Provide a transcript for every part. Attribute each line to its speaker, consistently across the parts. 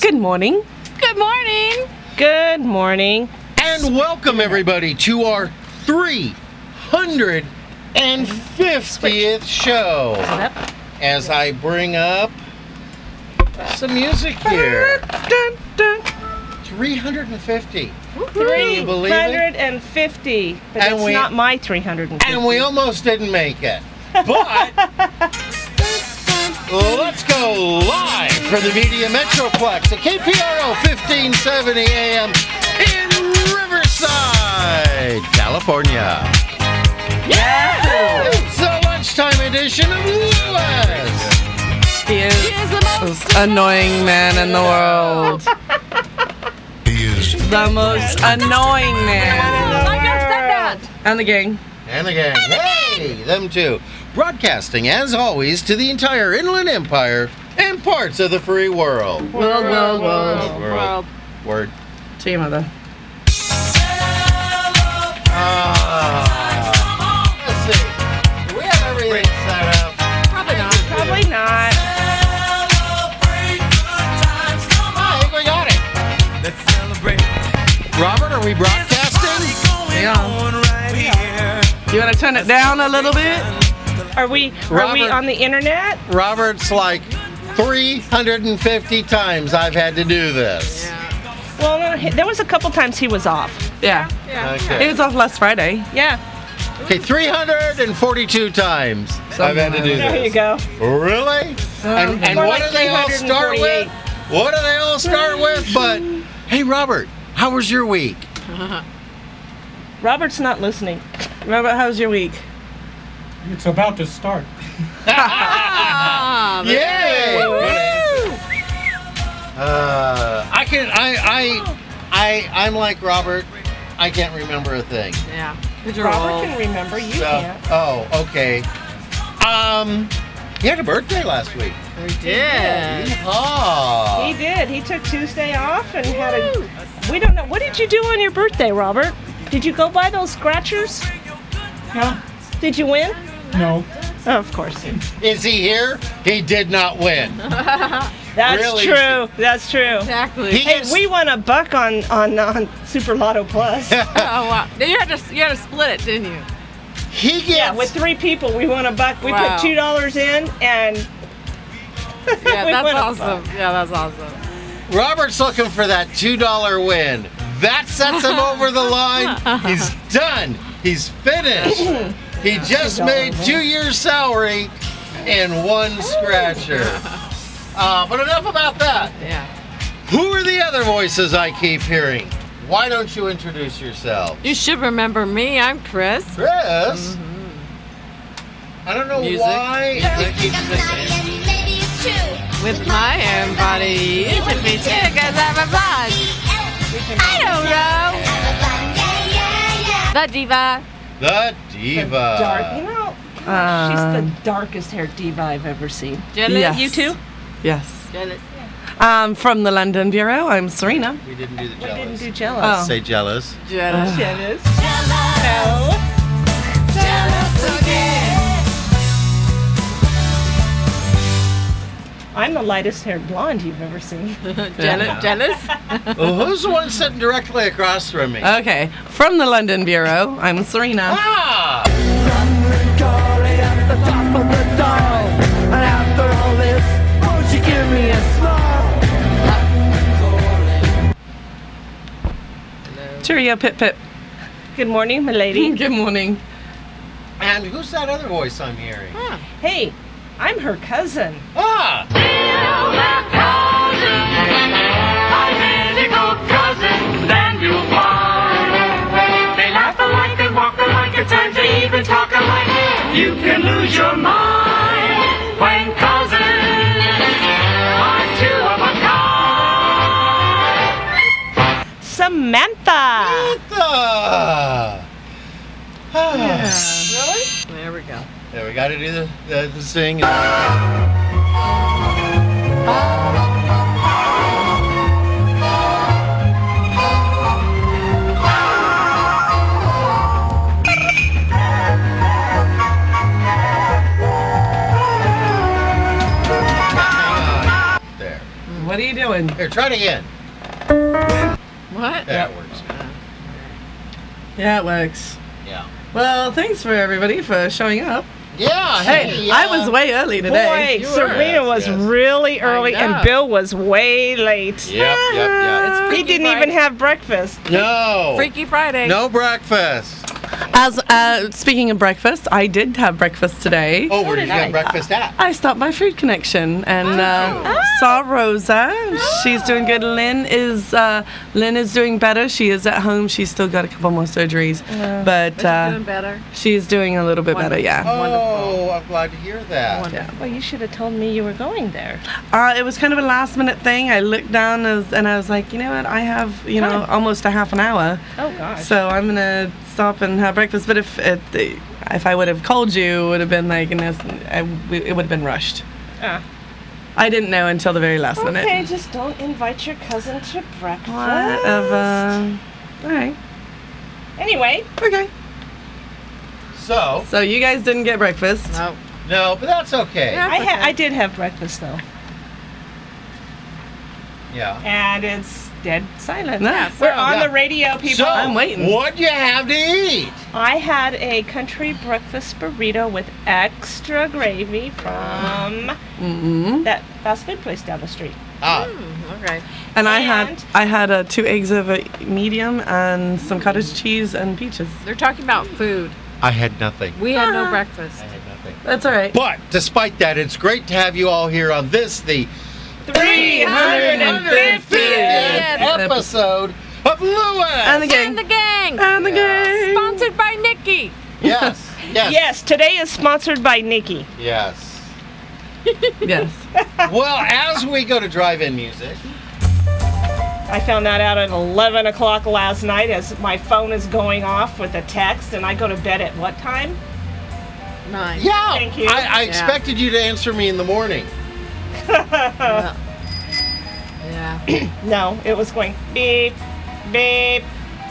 Speaker 1: Good morning.
Speaker 2: Good morning.
Speaker 1: Good morning.
Speaker 3: And welcome everybody to our 350th show.
Speaker 1: Yep.
Speaker 3: As I bring up some music here.
Speaker 1: Dun, dun.
Speaker 3: 350. you believe it?
Speaker 1: 350. But
Speaker 3: And
Speaker 1: it's
Speaker 3: we-
Speaker 1: not my 350.
Speaker 3: And we almost didn't make it. But let's go live for the Media Metroplex at KPRO 1570 AM in Riverside, California. It's the lunchtime edition of Lewis.
Speaker 2: Here's the most
Speaker 4: annoying man in the world.
Speaker 5: He is
Speaker 4: The most annoying man.
Speaker 2: I just said that.
Speaker 4: And the gang.
Speaker 3: And again, hey, them two. Broadcasting, as always, to the entire Inland Empire and parts of the free world.
Speaker 4: World, world, world.
Speaker 3: World. Word.
Speaker 4: To your mother.
Speaker 3: Ah. Let's see. We have everything set up.
Speaker 2: Probably not.
Speaker 1: Probably not.
Speaker 3: I think we got it.
Speaker 6: Let's celebrate.
Speaker 3: Robert, are we broadcasting?
Speaker 4: Yeah. You want to turn it down a little bit?
Speaker 1: Are we are we
Speaker 3: Robert.
Speaker 1: on the internet?
Speaker 3: Robert's like 350 times I've had to do this.
Speaker 1: Well, no, he- there was a couple times he was off.
Speaker 4: Yeah. He
Speaker 3: Okay.
Speaker 4: was off last Friday.
Speaker 1: Yeah.
Speaker 3: Okay, 342 times I've had to do
Speaker 1: There you go.
Speaker 3: this. Really? And, and
Speaker 1: More
Speaker 3: what
Speaker 1: like
Speaker 3: do they all start with?
Speaker 1: 348.
Speaker 3: What do they all start with? But hey, Robert, how was your week?
Speaker 1: Robert's not listening. Robert, how's your week?
Speaker 7: It's about to start.
Speaker 3: Yay! Uh, I can I I I I'm like Robert. I can't remember a thing.
Speaker 2: Yeah.
Speaker 1: Robert can remember. You
Speaker 3: So-
Speaker 1: can't.
Speaker 3: oh, okay. Um, you had a birthday last week.
Speaker 2: We did.
Speaker 3: Yeehaw.
Speaker 1: He did. He took Tuesday off and had a. We don't know. What did you do on your birthday, Robert? Did you go buy those scratchers?
Speaker 7: No,
Speaker 1: Did you win?
Speaker 7: no.
Speaker 1: Oh, of course.
Speaker 3: Is he here? He did not win.
Speaker 1: That's
Speaker 3: Really?
Speaker 1: true. That's true.
Speaker 2: Exactly.
Speaker 3: He
Speaker 1: Hey,
Speaker 3: is-
Speaker 1: we won a buck on on, on Super Lotto Plus.
Speaker 2: oh wow. Then you had to you had to split it, didn't you?
Speaker 3: He gets
Speaker 1: yeah, with three people, we won a buck. We
Speaker 2: Wow.
Speaker 1: put two dollars in, and
Speaker 2: Yeah,
Speaker 1: We
Speaker 2: that's
Speaker 1: went up.
Speaker 2: awesome. Yeah, that's awesome.
Speaker 3: Robert's looking for that two dollar win. That sets him over the line. He's done. He's finished. He just made two years' salary in one scratcher. Uh, but enough about that.
Speaker 2: Yeah.
Speaker 3: Who are the other voices I keep hearing? Why don't you introduce yourself?
Speaker 2: You should remember me. I'm Chris.
Speaker 3: Chris.
Speaker 1: Mm-hmm.
Speaker 3: I don't know
Speaker 2: Music.
Speaker 3: why.
Speaker 8: I
Speaker 3: That
Speaker 8: think
Speaker 3: keeps
Speaker 8: I'm
Speaker 3: missing.
Speaker 8: sorry, and maybe it's true.
Speaker 2: With my own body, you should be too, cause I'm a boss. I don't know.
Speaker 8: Yeah, yeah, yeah.
Speaker 2: The diva.
Speaker 3: The
Speaker 1: dark.
Speaker 3: diva.
Speaker 1: You know,
Speaker 3: uh,
Speaker 1: she's
Speaker 4: Um,
Speaker 1: the darkest haired diva I've ever seen.
Speaker 2: Jealous.
Speaker 4: Yes.
Speaker 2: You too?
Speaker 4: Yes.
Speaker 2: Jealous.
Speaker 4: Um, from the London Bureau, I'm Serena.
Speaker 3: We didn't do the
Speaker 1: We didn't
Speaker 3: jealous.
Speaker 1: do jealous.
Speaker 4: Oh.
Speaker 3: Say jealous.
Speaker 2: Jealous.
Speaker 3: Oh.
Speaker 4: Uh,
Speaker 1: Jealous. I'm the lightest haired blonde you've ever seen.
Speaker 2: Jealous. Jealous.
Speaker 3: well, who's the one sitting directly across from me?
Speaker 2: Uh,
Speaker 4: Okay. From the London Bureau, I'm Serena.
Speaker 3: ah!
Speaker 4: Cheerio, Pip Pip.
Speaker 1: Good morning, milady.
Speaker 4: Good morning.
Speaker 3: And who's that other voice I'm hearing?
Speaker 1: hey, I'm her cousin.
Speaker 3: Ah!
Speaker 1: Samantha.
Speaker 3: Ah! Ah.
Speaker 1: Really?
Speaker 2: There we go.
Speaker 3: There, we gotta do the, the, the sing. There.
Speaker 4: What are you doing? again.
Speaker 3: Here, try it again.
Speaker 2: What?
Speaker 3: That works.
Speaker 4: Yeah, it works.
Speaker 3: Yeah.
Speaker 4: Well, thanks for everybody for showing up.
Speaker 3: Yeah.
Speaker 4: Hey, I was way early today.
Speaker 1: Boy,
Speaker 3: You were-
Speaker 1: Serena was
Speaker 3: Yes.
Speaker 1: really early,
Speaker 2: know.
Speaker 1: and Bill was way late.
Speaker 3: Yep, yep, yep.
Speaker 1: He didn't even have breakfast.
Speaker 3: No.
Speaker 2: Freaky Friday.
Speaker 3: No breakfast.
Speaker 4: As uh, speaking of breakfast, I did have breakfast today.
Speaker 3: Oh, where did you
Speaker 2: did I.
Speaker 3: have breakfast at?
Speaker 4: I stopped by Food Connection and uh, saw Rosa. She's doing good. Lynn is uh, Lynn is doing better. She is at home. She's still got a couple more surgeries, but
Speaker 2: Doing
Speaker 4: uh,
Speaker 2: better.
Speaker 4: she's doing a little bit better. Yeah.
Speaker 3: Oh, I'm glad to hear that.
Speaker 2: Wonderful.
Speaker 1: Well, you should have told me you were going there.
Speaker 4: Uh, it was kind of a last minute thing. I looked down as, and I was like, you know what? I have you know
Speaker 1: Fine.
Speaker 4: almost a half an hour.
Speaker 1: Oh gosh.
Speaker 4: So I'm gonna stop and have breakfast. But if it, if I would have called you, it would have been like, an, I, it would have been rushed.
Speaker 1: Ah.
Speaker 4: I didn't know until the very last
Speaker 1: okay,
Speaker 4: minute.
Speaker 1: just don't invite your cousin to breakfast.
Speaker 4: Whatever. uh, All right.
Speaker 1: Anyway,
Speaker 4: Okay.
Speaker 3: So,
Speaker 4: So you guys didn't get breakfast.
Speaker 2: No.
Speaker 3: no, but that's okay.
Speaker 2: Yeah.
Speaker 3: Yeah.
Speaker 1: I ha- I did have breakfast though, and it's dead silent.
Speaker 4: Yeah,
Speaker 1: We're
Speaker 4: so-
Speaker 1: on
Speaker 3: Oh, Yeah.
Speaker 1: the radio, people.
Speaker 3: So,
Speaker 4: I'm waiting.
Speaker 3: What'd you have to eat?
Speaker 1: I had a country breakfast burrito with extra gravy from
Speaker 4: Mm-mm.
Speaker 1: that fast food place down the street.
Speaker 3: Ah,
Speaker 2: Mm, okay.
Speaker 4: And I had
Speaker 1: And-
Speaker 4: I had uh, two eggs of a medium and some cottage cheese and peaches.
Speaker 2: They're talking about food.
Speaker 3: I had nothing.
Speaker 2: We had
Speaker 4: Uh-huh.
Speaker 2: no breakfast.
Speaker 3: I had nothing.
Speaker 4: That's all right.
Speaker 3: But despite that, it's great to have you all here on this, the
Speaker 1: 350th
Speaker 3: episode of Lewis.
Speaker 4: And the
Speaker 2: And
Speaker 4: gang.
Speaker 2: the gang.
Speaker 4: And the
Speaker 3: Yeah.
Speaker 4: gang.
Speaker 2: Sponsored by Nikki.
Speaker 3: yes, yes,
Speaker 1: Yes, today is sponsored by Nikki.
Speaker 3: yes.
Speaker 4: Yes.
Speaker 3: Well, as we go to drive-in music,
Speaker 1: I found that out at 11 o'clock last night as my phone is going off with a text, and I go to bed at what time?
Speaker 2: Nine.
Speaker 3: yeah,
Speaker 1: Thank you.
Speaker 3: I, I
Speaker 2: Yeah.
Speaker 3: expected you to answer me in the morning.
Speaker 2: Well, yeah.
Speaker 1: No, it was going beep, beep.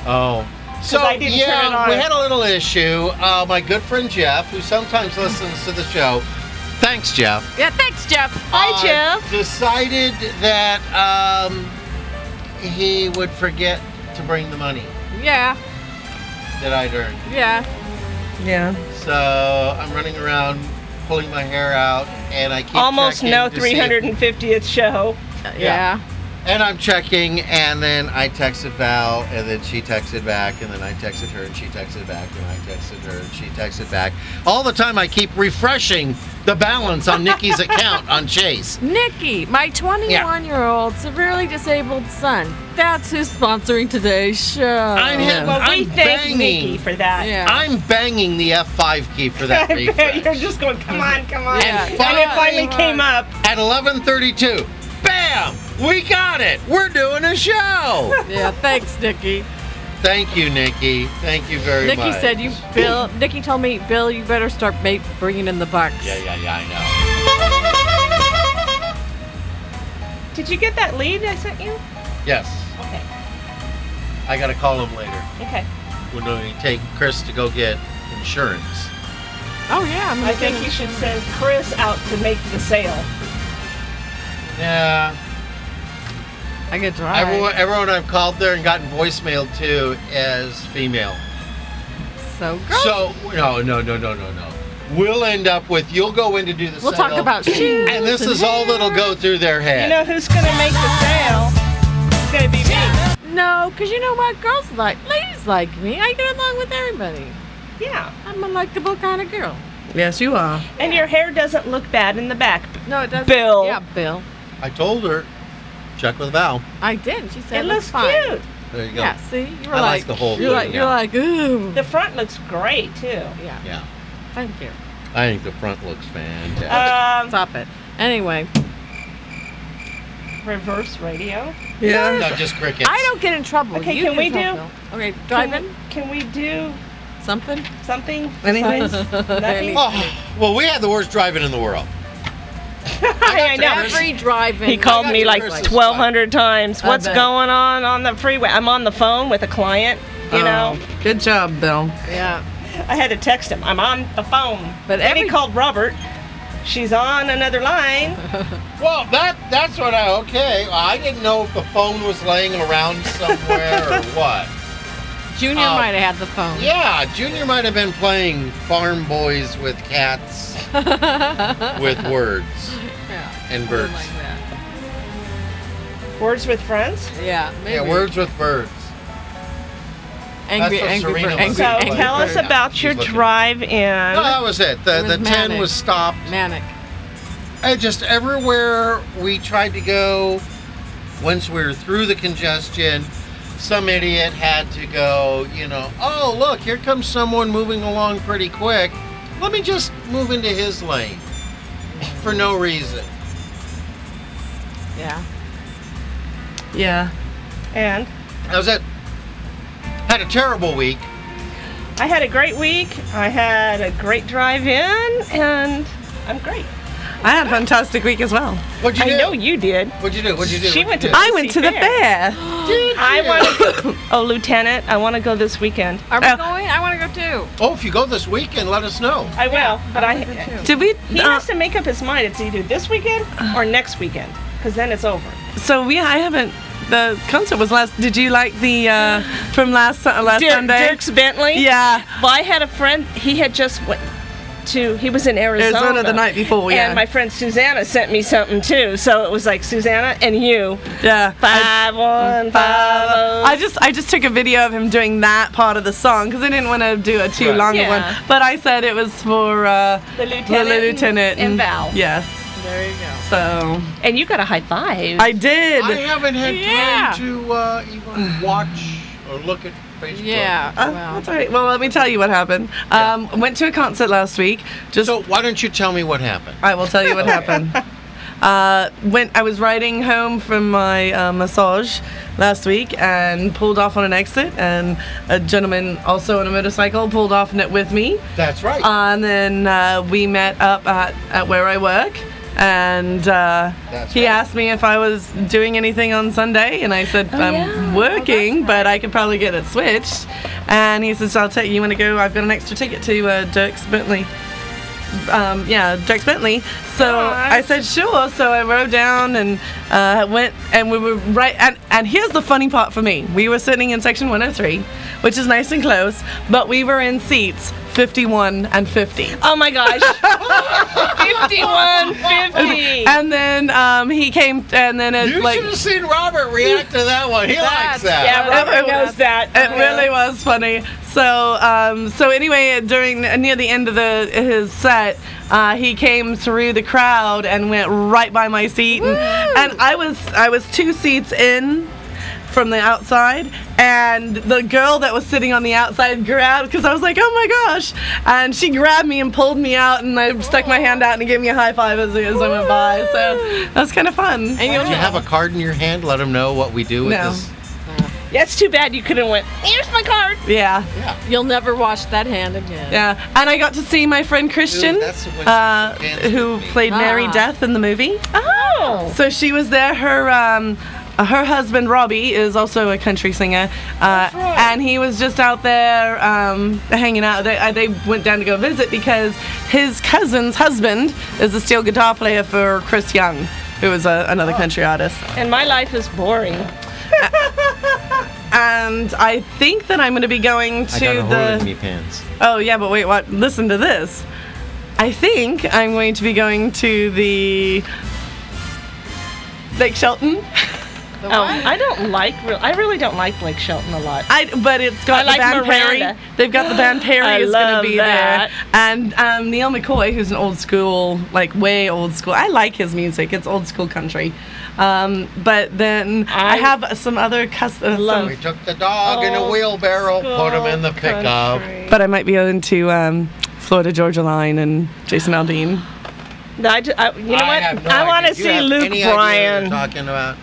Speaker 3: Oh. So
Speaker 1: I didn't
Speaker 3: yeah,
Speaker 1: turn it on.
Speaker 3: we had a little issue. Uh, my good friend Jeff, who sometimes listens to the show, thanks Jeff.
Speaker 2: Yeah, thanks, Jeff.
Speaker 1: Hi,
Speaker 3: uh,
Speaker 1: Jeff.
Speaker 3: Decided that um, he would forget to bring the money
Speaker 2: Uh, Yeah,
Speaker 3: that I'd earned.
Speaker 2: yeah.
Speaker 4: Yeah.
Speaker 3: So I'm running around pulling my hair out, and I keep
Speaker 1: Almost
Speaker 3: checking
Speaker 1: no
Speaker 3: to see if-
Speaker 1: 350th show.
Speaker 2: Yeah.
Speaker 3: Yeah. And I'm checking, and then I texted Val, and then she texted back, and then I texted her, and she texted back, and I texted her, and she texted back. All the time, I keep refreshing the balance on Nikki's account on Chase.
Speaker 2: Nikki, my 21 year old severely disabled son. That's who's sponsoring today's show.
Speaker 3: I'm him.
Speaker 1: Well, we
Speaker 3: I'm
Speaker 1: thank
Speaker 3: banging.
Speaker 1: Nikki for that.
Speaker 2: Yeah.
Speaker 3: I'm banging the F5 key for that
Speaker 1: I bet
Speaker 3: refresh.
Speaker 1: you're just going, come on, come on.
Speaker 2: Yeah.
Speaker 1: And it finally came up.
Speaker 3: At 11:32, bam, we got it. We're doing a show.
Speaker 2: Yeah, thanks, Nikki.
Speaker 3: Thank you, Nikki. Thank you very
Speaker 2: Nikki
Speaker 3: much.
Speaker 2: said you, Bill. Nikki told me, Bill, you better start ma- bringing in the bucks.
Speaker 3: Yeah, yeah, yeah. I
Speaker 1: Did you get that lead I sent you?
Speaker 3: know. Yes.
Speaker 1: Okay.
Speaker 3: I gotta call him later.
Speaker 1: Okay.
Speaker 3: We're going to take Chris to go get insurance.
Speaker 2: Oh yeah, I'm gonna
Speaker 1: I think
Speaker 2: get-
Speaker 1: you should send Chris out to make the sale.
Speaker 3: Yeah.
Speaker 2: I get dry.
Speaker 3: Everyone, everyone I've called there and gotten voicemail to is female.
Speaker 2: so girl.
Speaker 3: So no, no, no, no, no, no. We'll end up with you'll go in to do the
Speaker 2: we'll talk
Speaker 3: sale,
Speaker 2: about shoes.
Speaker 3: And this is all that'll go through their head.
Speaker 1: You know who's going to make the sale? It's going to be me.
Speaker 2: No, because you know what? Girls like, ladies like me. I get along with everybody.
Speaker 1: Yeah.
Speaker 2: I'm a likable kind of girl.
Speaker 4: Yes, you are.
Speaker 1: And your hair doesn't look bad in the back.
Speaker 2: No, it doesn't.
Speaker 1: Bill.
Speaker 2: Yeah, Bill.
Speaker 3: I told her check with Val.
Speaker 2: I did. She said
Speaker 1: It looks
Speaker 2: fine.
Speaker 1: cute.
Speaker 3: There you go.
Speaker 2: Yeah. See, you were
Speaker 3: I like
Speaker 2: like,
Speaker 3: the whole
Speaker 2: You're
Speaker 3: thing,
Speaker 2: like,
Speaker 3: yeah.
Speaker 2: you're like, ooh.
Speaker 1: The front looks great too.
Speaker 2: yeah.
Speaker 3: Yeah.
Speaker 2: Thank you.
Speaker 3: I think the front looks fantastic.
Speaker 2: Uh,
Speaker 1: Um,
Speaker 2: Stop it. Anyway,
Speaker 1: reverse radio.
Speaker 4: Yeah.
Speaker 3: no, just crickets.
Speaker 2: I don't get in trouble.
Speaker 1: Okay,
Speaker 2: you
Speaker 1: can
Speaker 2: get
Speaker 1: we
Speaker 2: in
Speaker 1: do-
Speaker 2: trouble. Okay, driving
Speaker 1: Can we do
Speaker 2: something.
Speaker 1: something?
Speaker 4: Anything?
Speaker 1: Nothing.
Speaker 3: Oh, well, we had the worst driving in the world.
Speaker 1: I know.
Speaker 2: Every driving.
Speaker 1: He called me like
Speaker 3: Reverse is
Speaker 1: 1,200 times.
Speaker 4: I
Speaker 1: What's
Speaker 4: bet.
Speaker 1: going on on the freeway? I'm on the phone with a client. You know,
Speaker 4: Oh, Good job, Bill.
Speaker 2: Yeah.
Speaker 1: I had to text him. I'm on the phone.
Speaker 2: But
Speaker 1: then he
Speaker 2: every-
Speaker 1: called Robert. She's on another line.
Speaker 3: Well, that that's what I okay. I didn't know if the phone was laying around somewhere or what.
Speaker 2: Junior
Speaker 3: Oh.
Speaker 2: might have had the phone.
Speaker 3: Yeah, Junior might have been playing Farm Boys with cats with words
Speaker 2: yeah.
Speaker 3: and
Speaker 2: something
Speaker 3: birds.
Speaker 2: Like that.
Speaker 1: Words with friends.
Speaker 2: Yeah, maybe.
Speaker 3: Yeah, words with birds.
Speaker 2: angry,
Speaker 3: that's what
Speaker 2: angry,
Speaker 3: Serena
Speaker 2: bird-
Speaker 3: was
Speaker 2: angry,
Speaker 1: So
Speaker 3: like.
Speaker 2: angry
Speaker 1: tell us
Speaker 2: bird.
Speaker 1: about
Speaker 3: She's
Speaker 1: your
Speaker 3: looking.
Speaker 1: drive in.
Speaker 3: No, that was it. The
Speaker 2: It was
Speaker 3: the tin
Speaker 2: manic.
Speaker 3: was stopped.
Speaker 2: manic.
Speaker 3: I just everywhere we tried to go, once we were through the congestion, some idiot had to go, you know, oh, look, here comes someone moving along pretty quick. Let me just move into his lane for no reason.
Speaker 2: Yeah.
Speaker 4: Yeah.
Speaker 1: And
Speaker 3: That was it. Had a terrible week.
Speaker 1: I had a great week. I had a great drive in, and I'm great.
Speaker 4: I had a fantastic week as well.
Speaker 3: What'd you
Speaker 1: I
Speaker 3: do?
Speaker 1: know you did.
Speaker 3: What'd you do? What'd you do?
Speaker 1: She went
Speaker 3: What'd you
Speaker 1: to-
Speaker 3: do?
Speaker 4: I went to the
Speaker 1: Fair.
Speaker 4: fair.
Speaker 3: Did
Speaker 1: I
Speaker 3: you?
Speaker 1: want. to Oh, Lieutenant, I want to go this weekend.
Speaker 2: Are we
Speaker 4: Oh.
Speaker 2: going? I want to go too.
Speaker 3: Oh, if you go this weekend, let us know.
Speaker 1: I will, but I.
Speaker 4: Did we?
Speaker 1: He
Speaker 4: uh,
Speaker 1: has to make up his mind. It's either this weekend or next weekend, because then it's over.
Speaker 4: so we. I haven't. The concert was last. Did you like the uh, from last uh, last Sunday?
Speaker 1: Dirk's Bentley.
Speaker 4: Yeah.
Speaker 1: Well, I had a friend. He had just went to. He was in Arizona,
Speaker 4: Arizona the night before, yeah.
Speaker 1: And my friend Susanna sent me something too. So it was like Susanna and you.
Speaker 4: Yeah. I-
Speaker 1: Five one five oh.
Speaker 4: I just I just took a video of him doing that part of the song because I didn't want to do a too
Speaker 3: Right.
Speaker 4: long
Speaker 2: Yeah.
Speaker 4: one. But I said it was for uh,
Speaker 1: The lieutenant
Speaker 4: the lieutenant
Speaker 1: and- and Val.
Speaker 4: Yes.
Speaker 2: There you go.
Speaker 4: So
Speaker 1: and you got a high five.
Speaker 4: I did.
Speaker 3: I haven't had
Speaker 2: Yeah.
Speaker 3: time to uh, even watch or look at Facebook.
Speaker 2: Yeah.
Speaker 4: Uh,
Speaker 2: well.
Speaker 4: that's all right. Well, let me tell you what happened. Um, Went to a concert last week. Just
Speaker 3: So why don't you tell me what happened?
Speaker 4: I will tell you what happened. Uh, when I was riding home from my uh, massage last week and pulled off on an exit, and a gentleman also on a motorcycle pulled off and it with me.
Speaker 3: That's right.
Speaker 4: Uh, and then uh, we met up at, at where I work. And uh,
Speaker 3: That's
Speaker 4: he
Speaker 3: right.
Speaker 4: asked me if I was doing anything on Sunday, and I said I'm working, but I could probably get it switched. And he says, "I'll take you. Want to go? I've got an extra ticket to uh, Dirk's Bentley." Um, yeah, Dirk's Bentley. So I said sure. So I rode down and uh, went, and we were right. And, and here's the funny part for me: we were sitting in section 103, which is nice and close, but we were in seats 51 and 50.
Speaker 1: oh my gosh. Fifty-one fifty.
Speaker 4: And then um, he came, and then it
Speaker 3: You
Speaker 4: like
Speaker 3: should have seen Robert react to that one. He likes that.
Speaker 1: Yeah, Robert
Speaker 4: It- it
Speaker 1: knows
Speaker 4: was-
Speaker 1: that.
Speaker 4: It really was funny. So, um, so anyway, during near the end of the his set, uh, he came through the crowd and went right by my seat, and, and I was I was two seats in from the outside, and the girl that was sitting on the outside grabbed because I was like, oh my gosh, and she grabbed me and pulled me out, and I stuck my hand out and gave me a high five as, as I went by. So that was kind of fun.
Speaker 2: and
Speaker 3: Did you have a card in your hand? Let him know what we do with
Speaker 4: No.
Speaker 3: this.
Speaker 1: That's too bad you couldn't went. Here's my card.
Speaker 4: Yeah.
Speaker 2: you'll, you'll never wash that hand again.
Speaker 4: Yeah, and I got to see my friend Christian,
Speaker 3: Ooh, that's the one she
Speaker 4: uh,
Speaker 3: danced
Speaker 4: who
Speaker 3: with me.
Speaker 4: played Mary
Speaker 2: Ah.
Speaker 4: Death in the movie.
Speaker 1: Oh.
Speaker 4: So she was there. Her um, her husband Robbie is also a country singer, uh, and he was just out there um, hanging out. They, uh, they went down to go visit because his cousin's husband is a steel guitar player for Chris Young, who is a, another country artist.
Speaker 1: And my life is boring.
Speaker 4: And I think that I'm going to be going to
Speaker 3: I got a
Speaker 4: the.
Speaker 3: hole in me pants.
Speaker 4: Oh yeah, but wait, what? Listen to this. I think I'm going to be going to the Lake Shelton.
Speaker 2: The
Speaker 1: Oh,
Speaker 2: what?
Speaker 1: I don't like. Re- I really don't like Blake Shelton a lot.
Speaker 4: I but it's got
Speaker 1: I
Speaker 4: the
Speaker 1: like
Speaker 4: band
Speaker 1: Miranda.
Speaker 4: Perry. They've got the band Perry
Speaker 1: I
Speaker 4: is
Speaker 1: love
Speaker 4: going to be
Speaker 1: that.
Speaker 4: there, and um, Neil McCoy, who's an old school, like way old school. I like his music. It's old school country. Um, but then I,
Speaker 1: I
Speaker 4: have some other cus- uh,
Speaker 1: love-
Speaker 4: some-
Speaker 3: We took the dog in a
Speaker 1: Old
Speaker 3: wheelbarrow, put him in the
Speaker 1: Oh, Country.
Speaker 3: pickup.
Speaker 4: but I might be going to um, Florida Georgia Line and Jason Aldean.
Speaker 1: No, I ju- I- you know
Speaker 3: I
Speaker 1: what?
Speaker 3: have no
Speaker 1: I
Speaker 3: idea.
Speaker 1: want to
Speaker 3: Do you
Speaker 1: see
Speaker 3: have
Speaker 1: Luke
Speaker 3: any idea what you're
Speaker 1: Bryan.
Speaker 3: talking about.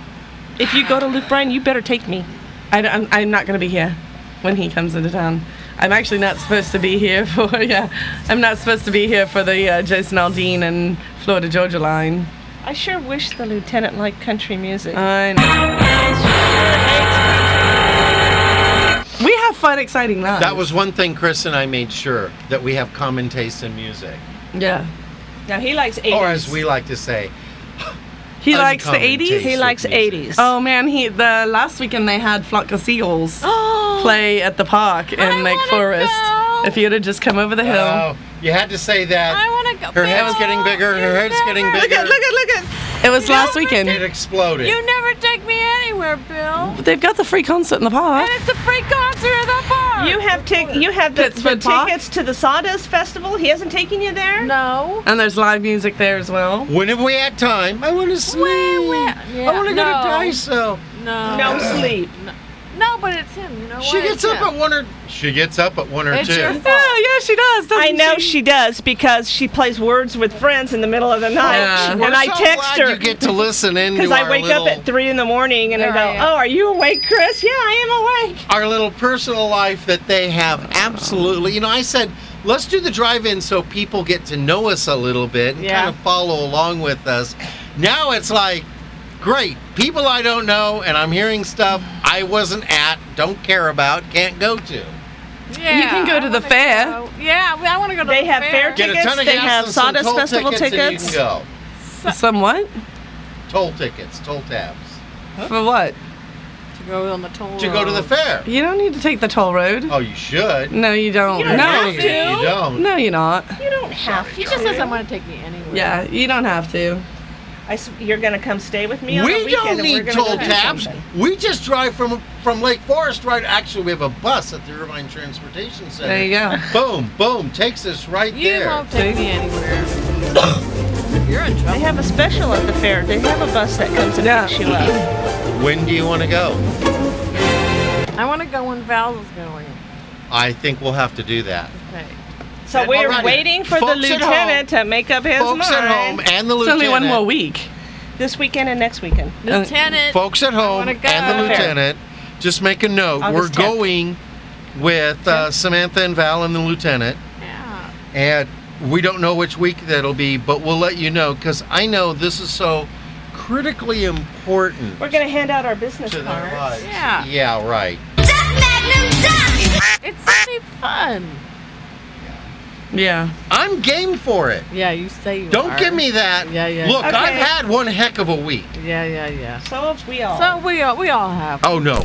Speaker 1: If you go to Luke Bryan, you better take me.
Speaker 4: I don't, I'm, I'm not going to be here when he comes into town. I'm actually not supposed to be here for yeah. I'm not supposed to be here for the uh, Jason Aldean and Florida Georgia line.
Speaker 1: I sure wish the lieutenant liked country music.
Speaker 4: I know. We have fun, exciting lives.
Speaker 3: That was one thing Chris and I made sure that we have common taste in music.
Speaker 4: yeah.
Speaker 1: Now he likes 80s.
Speaker 3: Or as we like to say,
Speaker 4: He likes the
Speaker 3: uncommon
Speaker 4: 80s.
Speaker 3: taste
Speaker 1: he
Speaker 3: with
Speaker 1: likes
Speaker 3: music.
Speaker 1: 80s.
Speaker 4: Oh man, he the last weekend they had flock of seagulls
Speaker 2: Oh.
Speaker 4: play at the park in
Speaker 2: I
Speaker 4: Lake
Speaker 2: wanna
Speaker 4: Forest.
Speaker 2: go.
Speaker 4: If you'd have just come over the hill.
Speaker 3: Oh, you had to say that.
Speaker 2: I want to go.
Speaker 3: Her head's
Speaker 2: Bill,
Speaker 3: getting bigger. Her
Speaker 2: you
Speaker 3: head's getting
Speaker 2: never-
Speaker 4: Look
Speaker 3: bigger.
Speaker 4: at look at look at. It was last
Speaker 3: It
Speaker 4: weekend.
Speaker 3: exploded.
Speaker 2: You never take me anywhere, Bill.
Speaker 4: They've got the free concert in the
Speaker 2: And
Speaker 4: park.
Speaker 2: it's a free concert at the bar.
Speaker 1: You have tic- you have the, the
Speaker 4: Pittsburgh Park?
Speaker 1: tickets to the Sawdust Festival. He hasn't taken you there.
Speaker 2: No.
Speaker 4: And there's live music there as well.
Speaker 3: when have we had time? I want to sleep.
Speaker 2: Yeah,
Speaker 3: I want to go
Speaker 2: no.
Speaker 3: to Daiso.
Speaker 2: No.
Speaker 1: No sleep.
Speaker 2: No, but it's him. You know
Speaker 3: She
Speaker 2: what?
Speaker 3: gets
Speaker 2: It's
Speaker 3: up
Speaker 2: him.
Speaker 3: at one or she gets up at one or
Speaker 2: It's
Speaker 3: two.
Speaker 2: your
Speaker 4: Yeah,
Speaker 2: fault.
Speaker 4: yeah, she does. doesn't
Speaker 1: I know she does because she plays words with friends in the middle of the night,
Speaker 4: Yeah.
Speaker 1: and
Speaker 3: We're
Speaker 1: I
Speaker 3: so
Speaker 1: text
Speaker 3: glad
Speaker 1: her
Speaker 3: You get to listen in
Speaker 1: because
Speaker 3: to
Speaker 1: I
Speaker 3: our
Speaker 1: wake
Speaker 3: little,
Speaker 1: up at three in the morning and I
Speaker 2: There I
Speaker 1: go,
Speaker 2: am.
Speaker 1: "Oh, are you awake, Chris? Yeah, I am awake."
Speaker 3: our little personal life that they have. Absolutely, you know, I said let's do the drive-in so people get to know us a little bit and
Speaker 1: Yeah.
Speaker 3: kind of follow along with us. Now it's like. Great. People I don't know, and I'm hearing stuff I wasn't at, don't care about, can't go to.
Speaker 2: Yeah,
Speaker 4: You can go to
Speaker 2: I
Speaker 4: the
Speaker 2: wanna
Speaker 4: fair.
Speaker 2: go. Yeah, we- I want to go to
Speaker 1: They
Speaker 2: the
Speaker 1: have fair
Speaker 3: Get a
Speaker 1: Tickets,
Speaker 3: ton of
Speaker 1: they
Speaker 3: gas
Speaker 1: have
Speaker 3: and some
Speaker 1: Sawdust
Speaker 3: toll
Speaker 1: Festival
Speaker 3: tickets, and you
Speaker 1: tickets.
Speaker 3: can go.
Speaker 4: Somewhat.
Speaker 3: toll tickets, toll tabs
Speaker 4: For what?
Speaker 2: to go on the toll.
Speaker 3: to go to the
Speaker 2: road.
Speaker 3: fair.
Speaker 4: You don't need to take the toll road.
Speaker 3: Oh, you should.
Speaker 4: No, you don't.
Speaker 1: You don't
Speaker 4: no.
Speaker 1: have
Speaker 3: you,
Speaker 1: to.
Speaker 3: you don't.
Speaker 4: No, you're not.
Speaker 1: You don't have
Speaker 2: He
Speaker 1: to.
Speaker 2: just doesn't want to take me anywhere.
Speaker 4: Yeah, you don't have to.
Speaker 1: I s- you're gonna come stay with me on the
Speaker 3: We
Speaker 1: weekend.
Speaker 3: don't
Speaker 1: and
Speaker 3: need
Speaker 1: we're gonna
Speaker 3: toll
Speaker 1: go do
Speaker 3: tabs.
Speaker 1: something.
Speaker 3: We just drive from from Lake Forest right. Actually, we have a bus at the Irvine Transportation Center.
Speaker 4: There you go.
Speaker 3: Boom, boom, takes us right
Speaker 2: You
Speaker 3: there.
Speaker 2: won't take me anywhere. You're in
Speaker 1: They
Speaker 2: trouble.
Speaker 1: have a special at the fair. They have a bus that comes and
Speaker 4: Yeah.
Speaker 1: picks you up.
Speaker 3: When do you want to go?
Speaker 2: I want to go when Val's is going.
Speaker 3: I think we'll have to do that.
Speaker 2: Okay.
Speaker 1: So we're
Speaker 3: Alrighty.
Speaker 1: waiting for the
Speaker 3: Folks at
Speaker 1: lieutenant to make up his
Speaker 3: Folks
Speaker 1: mind
Speaker 3: at home and the
Speaker 4: It's
Speaker 3: lieutenant.
Speaker 4: only one more week.
Speaker 1: this weekend and next weekend.
Speaker 2: Lieutenant.
Speaker 3: Folks at home
Speaker 2: wanna
Speaker 3: and
Speaker 2: go.
Speaker 3: the
Speaker 2: Fair.
Speaker 3: lieutenant. Just make a note.
Speaker 1: August
Speaker 3: we're
Speaker 1: 10th.
Speaker 3: going with uh, Samantha and Val and the lieutenant.
Speaker 2: Yeah.
Speaker 3: and we don't know which week that'll be, but we'll let you know because I know this is so critically important
Speaker 1: We're gonna hand out our business
Speaker 3: to their
Speaker 1: cards.
Speaker 3: lives.
Speaker 2: Yeah.
Speaker 3: yeah, right.
Speaker 8: Duck Magnum Duck!
Speaker 2: It's gonna be fun.
Speaker 4: Yeah.
Speaker 3: I'm game for it.
Speaker 2: Yeah, you say you
Speaker 3: Don't
Speaker 2: are.
Speaker 3: give me that.
Speaker 2: Yeah, yeah.
Speaker 3: Look,
Speaker 1: Okay.
Speaker 3: I've had one heck of a week.
Speaker 2: Yeah, yeah, yeah.
Speaker 1: So have we all.
Speaker 2: So we all, we all have.
Speaker 3: Oh no,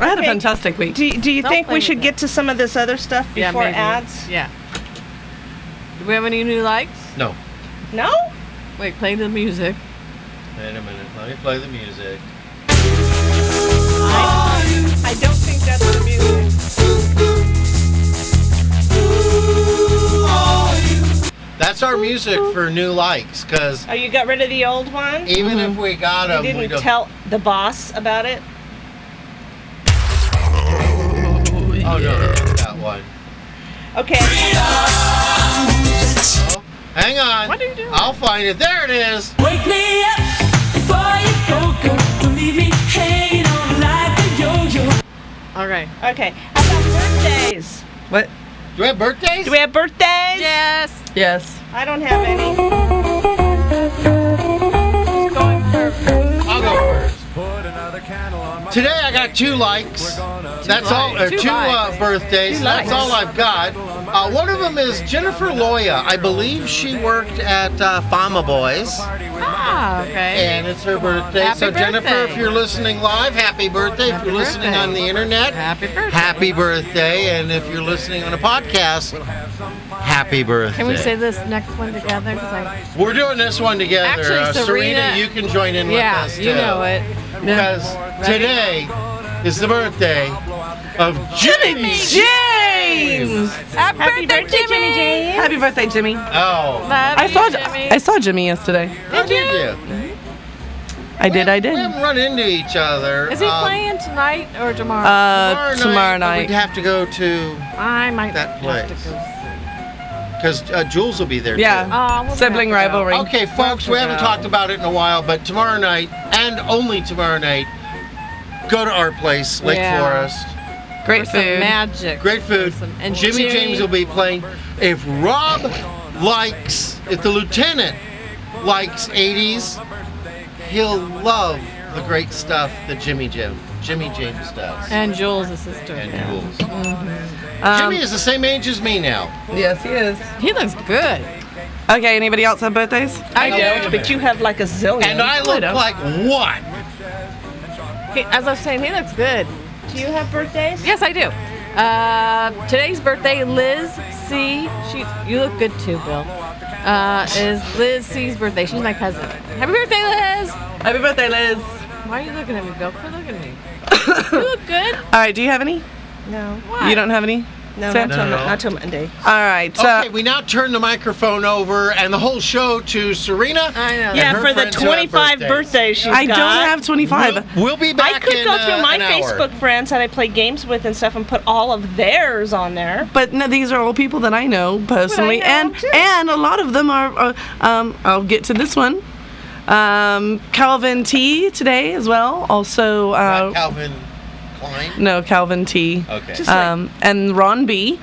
Speaker 4: I had a
Speaker 1: Okay.
Speaker 4: fantastic week.
Speaker 1: do, do you
Speaker 2: Don't
Speaker 1: think
Speaker 2: play
Speaker 1: we should
Speaker 2: with
Speaker 1: get to some of this other stuff
Speaker 2: yeah,
Speaker 1: before
Speaker 2: maybe.
Speaker 1: ads?
Speaker 2: Yeah. Do we have any new likes?
Speaker 3: no.
Speaker 1: No?
Speaker 2: Wait, play the music.
Speaker 3: Wait a minute. Let me play the music.
Speaker 1: I don't think that's the music.
Speaker 3: That's our music for new likes because
Speaker 1: Oh, you got rid of the old one? You
Speaker 3: even if we got them, we
Speaker 1: didn't
Speaker 3: don't.
Speaker 1: tell the boss about it?
Speaker 3: oh no, not that one.
Speaker 1: Okay.
Speaker 3: Hang on.
Speaker 2: What are you doing?
Speaker 3: I'll find it. There it is.
Speaker 6: Wake me up before you go, go. Don't leave me hanging on like a yo-yo.
Speaker 2: All right.
Speaker 1: Okay. How about birthdays?
Speaker 4: What?
Speaker 3: Do we have birthdays?
Speaker 1: Do we have birthdays?
Speaker 2: Yes.
Speaker 4: Yes.
Speaker 1: I don't have any. Who's going first?
Speaker 3: I'll go first. Today I got two likes. That's all, or
Speaker 2: Two
Speaker 3: two uh,
Speaker 2: likes.
Speaker 3: birthdays. That's all I've got. Uh, one of them is Jennifer Loya. I believe she worked at uh, Fama Boys,
Speaker 2: Ah, okay.
Speaker 3: and it's her birthday.
Speaker 2: Happy
Speaker 3: so Jennifer,
Speaker 2: birthday.
Speaker 3: if you're listening live, happy birthday. if you're listening
Speaker 2: birthday.
Speaker 3: on the internet,
Speaker 2: Happy birthday.
Speaker 3: happy birthday. And if you're listening on a podcast, happy birthday.
Speaker 2: Can we say this next one together? 'Cause I,
Speaker 3: We're doing this one together.
Speaker 2: Actually,
Speaker 3: Uh, Serena,
Speaker 2: Serena-
Speaker 3: you can join in
Speaker 2: yeah,
Speaker 3: with us.
Speaker 2: you
Speaker 3: too.
Speaker 2: know it.
Speaker 3: because today is the birthday of Jimmy.
Speaker 4: James!
Speaker 2: Happy, birthday, Jimmy.
Speaker 4: Happy birthday, Jimmy.
Speaker 3: Oh,
Speaker 2: Love
Speaker 4: I
Speaker 2: you,
Speaker 4: saw
Speaker 2: Jimmy.
Speaker 4: I saw Jimmy yesterday.
Speaker 3: how did you?
Speaker 4: I did, I did.
Speaker 3: We haven't run into each other.
Speaker 2: Is he
Speaker 3: um,
Speaker 2: playing tonight or tomorrow?
Speaker 4: Uh, tomorrow night.
Speaker 3: We'd have to go to
Speaker 2: I might
Speaker 3: that
Speaker 2: have to
Speaker 3: place.
Speaker 2: go see.
Speaker 3: because uh, Jules will be there.
Speaker 4: Yeah.
Speaker 2: Oh, I won't
Speaker 4: Sibling
Speaker 2: have to go.
Speaker 4: rivalry.
Speaker 3: Too. Okay, folks, we haven't talked about it in a while, but tomorrow night and only tomorrow night, go to our place, Lake
Speaker 2: Yeah.
Speaker 3: Forest.
Speaker 4: Great
Speaker 2: Some
Speaker 4: food.
Speaker 2: magic.
Speaker 3: Great food.
Speaker 2: Some-
Speaker 3: And
Speaker 2: and
Speaker 3: Jimmy
Speaker 2: Jimmy-
Speaker 3: James will be playing. If Rob likes, if the lieutenant likes 80s, he'll love the great stuff that Jimmy Jim, Jimmy James does.
Speaker 2: And Jules, his sister.
Speaker 3: And
Speaker 2: yeah.
Speaker 3: Jules.
Speaker 4: Um,
Speaker 1: Mm-hmm.
Speaker 3: Jimmy is the same age as me now.
Speaker 4: Yes, he is.
Speaker 2: He looks good.
Speaker 4: Okay, anybody else have birthdays?
Speaker 1: I don't, but you have like a zillion.
Speaker 3: And uh, I look
Speaker 1: don't.
Speaker 3: like what?
Speaker 2: He, as I was saying, he looks good.
Speaker 1: Do you have birthdays?
Speaker 2: Yes, I do. Uh, today's birthday, Liz C. She, you look good too, Bill. Uh, is Liz C's birthday? She's my cousin. Happy birthday, Liz!
Speaker 4: Happy birthday, Liz.
Speaker 2: Why are you looking at me, Bill? Quit looking at me. You look good.
Speaker 4: All right, do you have any?
Speaker 1: No.
Speaker 2: Why?
Speaker 4: You don't have any?
Speaker 1: No,
Speaker 4: Sam?
Speaker 1: not till,
Speaker 3: No.
Speaker 1: not till Monday.
Speaker 4: All right. uh,
Speaker 3: Okay, we now turn the microphone over and the whole show to Serena.
Speaker 2: I know.
Speaker 3: and
Speaker 1: Yeah,
Speaker 3: her
Speaker 1: for the
Speaker 3: friends who have
Speaker 1: 25
Speaker 3: birthdays.
Speaker 1: birthdays she's
Speaker 4: I
Speaker 1: got.
Speaker 4: don't have 25.
Speaker 3: We'll, we'll be back.
Speaker 1: I could
Speaker 3: in,
Speaker 1: go
Speaker 3: uh,
Speaker 1: through my
Speaker 3: an hour.
Speaker 1: Facebook friends that I play games with and stuff and put all of theirs on there.
Speaker 4: but no, these are all people that I know personally,
Speaker 1: know,
Speaker 4: and
Speaker 1: too.
Speaker 4: and a lot of them are. are um, I'll get to this one. Um, Calvin T today as well. Also,
Speaker 3: Not Oh,
Speaker 4: uh,
Speaker 3: Calvin Klein.
Speaker 4: no Calvin T.
Speaker 3: Okay.
Speaker 4: Um, and Ron B.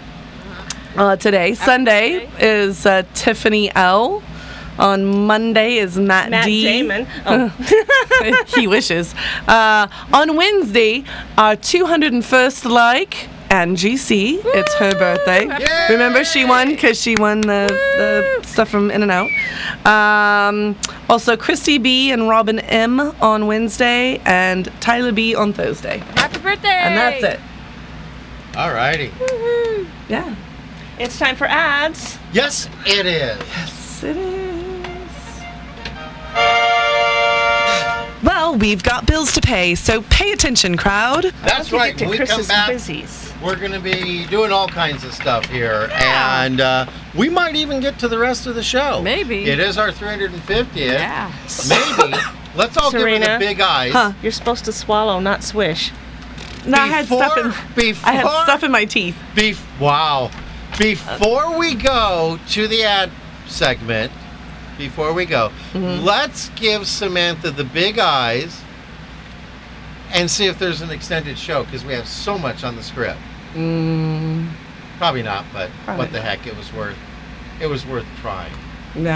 Speaker 4: Uh, today, Sunday is uh, Tiffany L. On Monday is Matt,
Speaker 1: Matt
Speaker 4: D.
Speaker 1: Damon. Oh,
Speaker 4: he wishes. Uh, on Wednesday, our 201st like, Angie C. It's her birthday.
Speaker 3: Yay!
Speaker 4: Remember, she won because she won the, the stuff from In and Out. Um, also, Christy B. and Robin M. on Wednesday, and Tyler B. on Thursday.
Speaker 2: Happy birthday!
Speaker 4: And that's it.
Speaker 3: All righty.
Speaker 4: Yeah.
Speaker 1: it's time for ads.
Speaker 3: Yes, it is.
Speaker 4: Yes, it is. Well, we've got bills to pay, so pay attention, crowd.
Speaker 3: That's
Speaker 1: Don't
Speaker 3: right.
Speaker 1: forget
Speaker 3: When
Speaker 1: to
Speaker 3: we come
Speaker 1: Chris's
Speaker 3: back,
Speaker 1: Busies.
Speaker 3: we're going to be doing all kinds of stuff here, and uh, we might even get to the rest of the show.
Speaker 2: Maybe.
Speaker 3: it is our 350th.
Speaker 2: Yeah.
Speaker 3: Maybe. Let's all give her the
Speaker 1: Serena.
Speaker 3: big eyes.
Speaker 4: Huh.
Speaker 1: You're supposed to swallow, not swish.
Speaker 4: No, I had stuff in.
Speaker 3: Before,
Speaker 4: I had stuff in my teeth.
Speaker 3: Bef- wow. Before we go to the ad segment, before we go, let's give Samantha the big eyes and see if there's an extended show because we have so much on the script. Probably not, but
Speaker 4: Probably
Speaker 3: what the heck, it was worth. It was worth trying.
Speaker 4: No.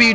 Speaker 5: E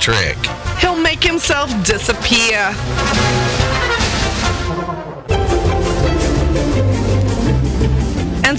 Speaker 5: trick.
Speaker 4: He'll make himself disappear. And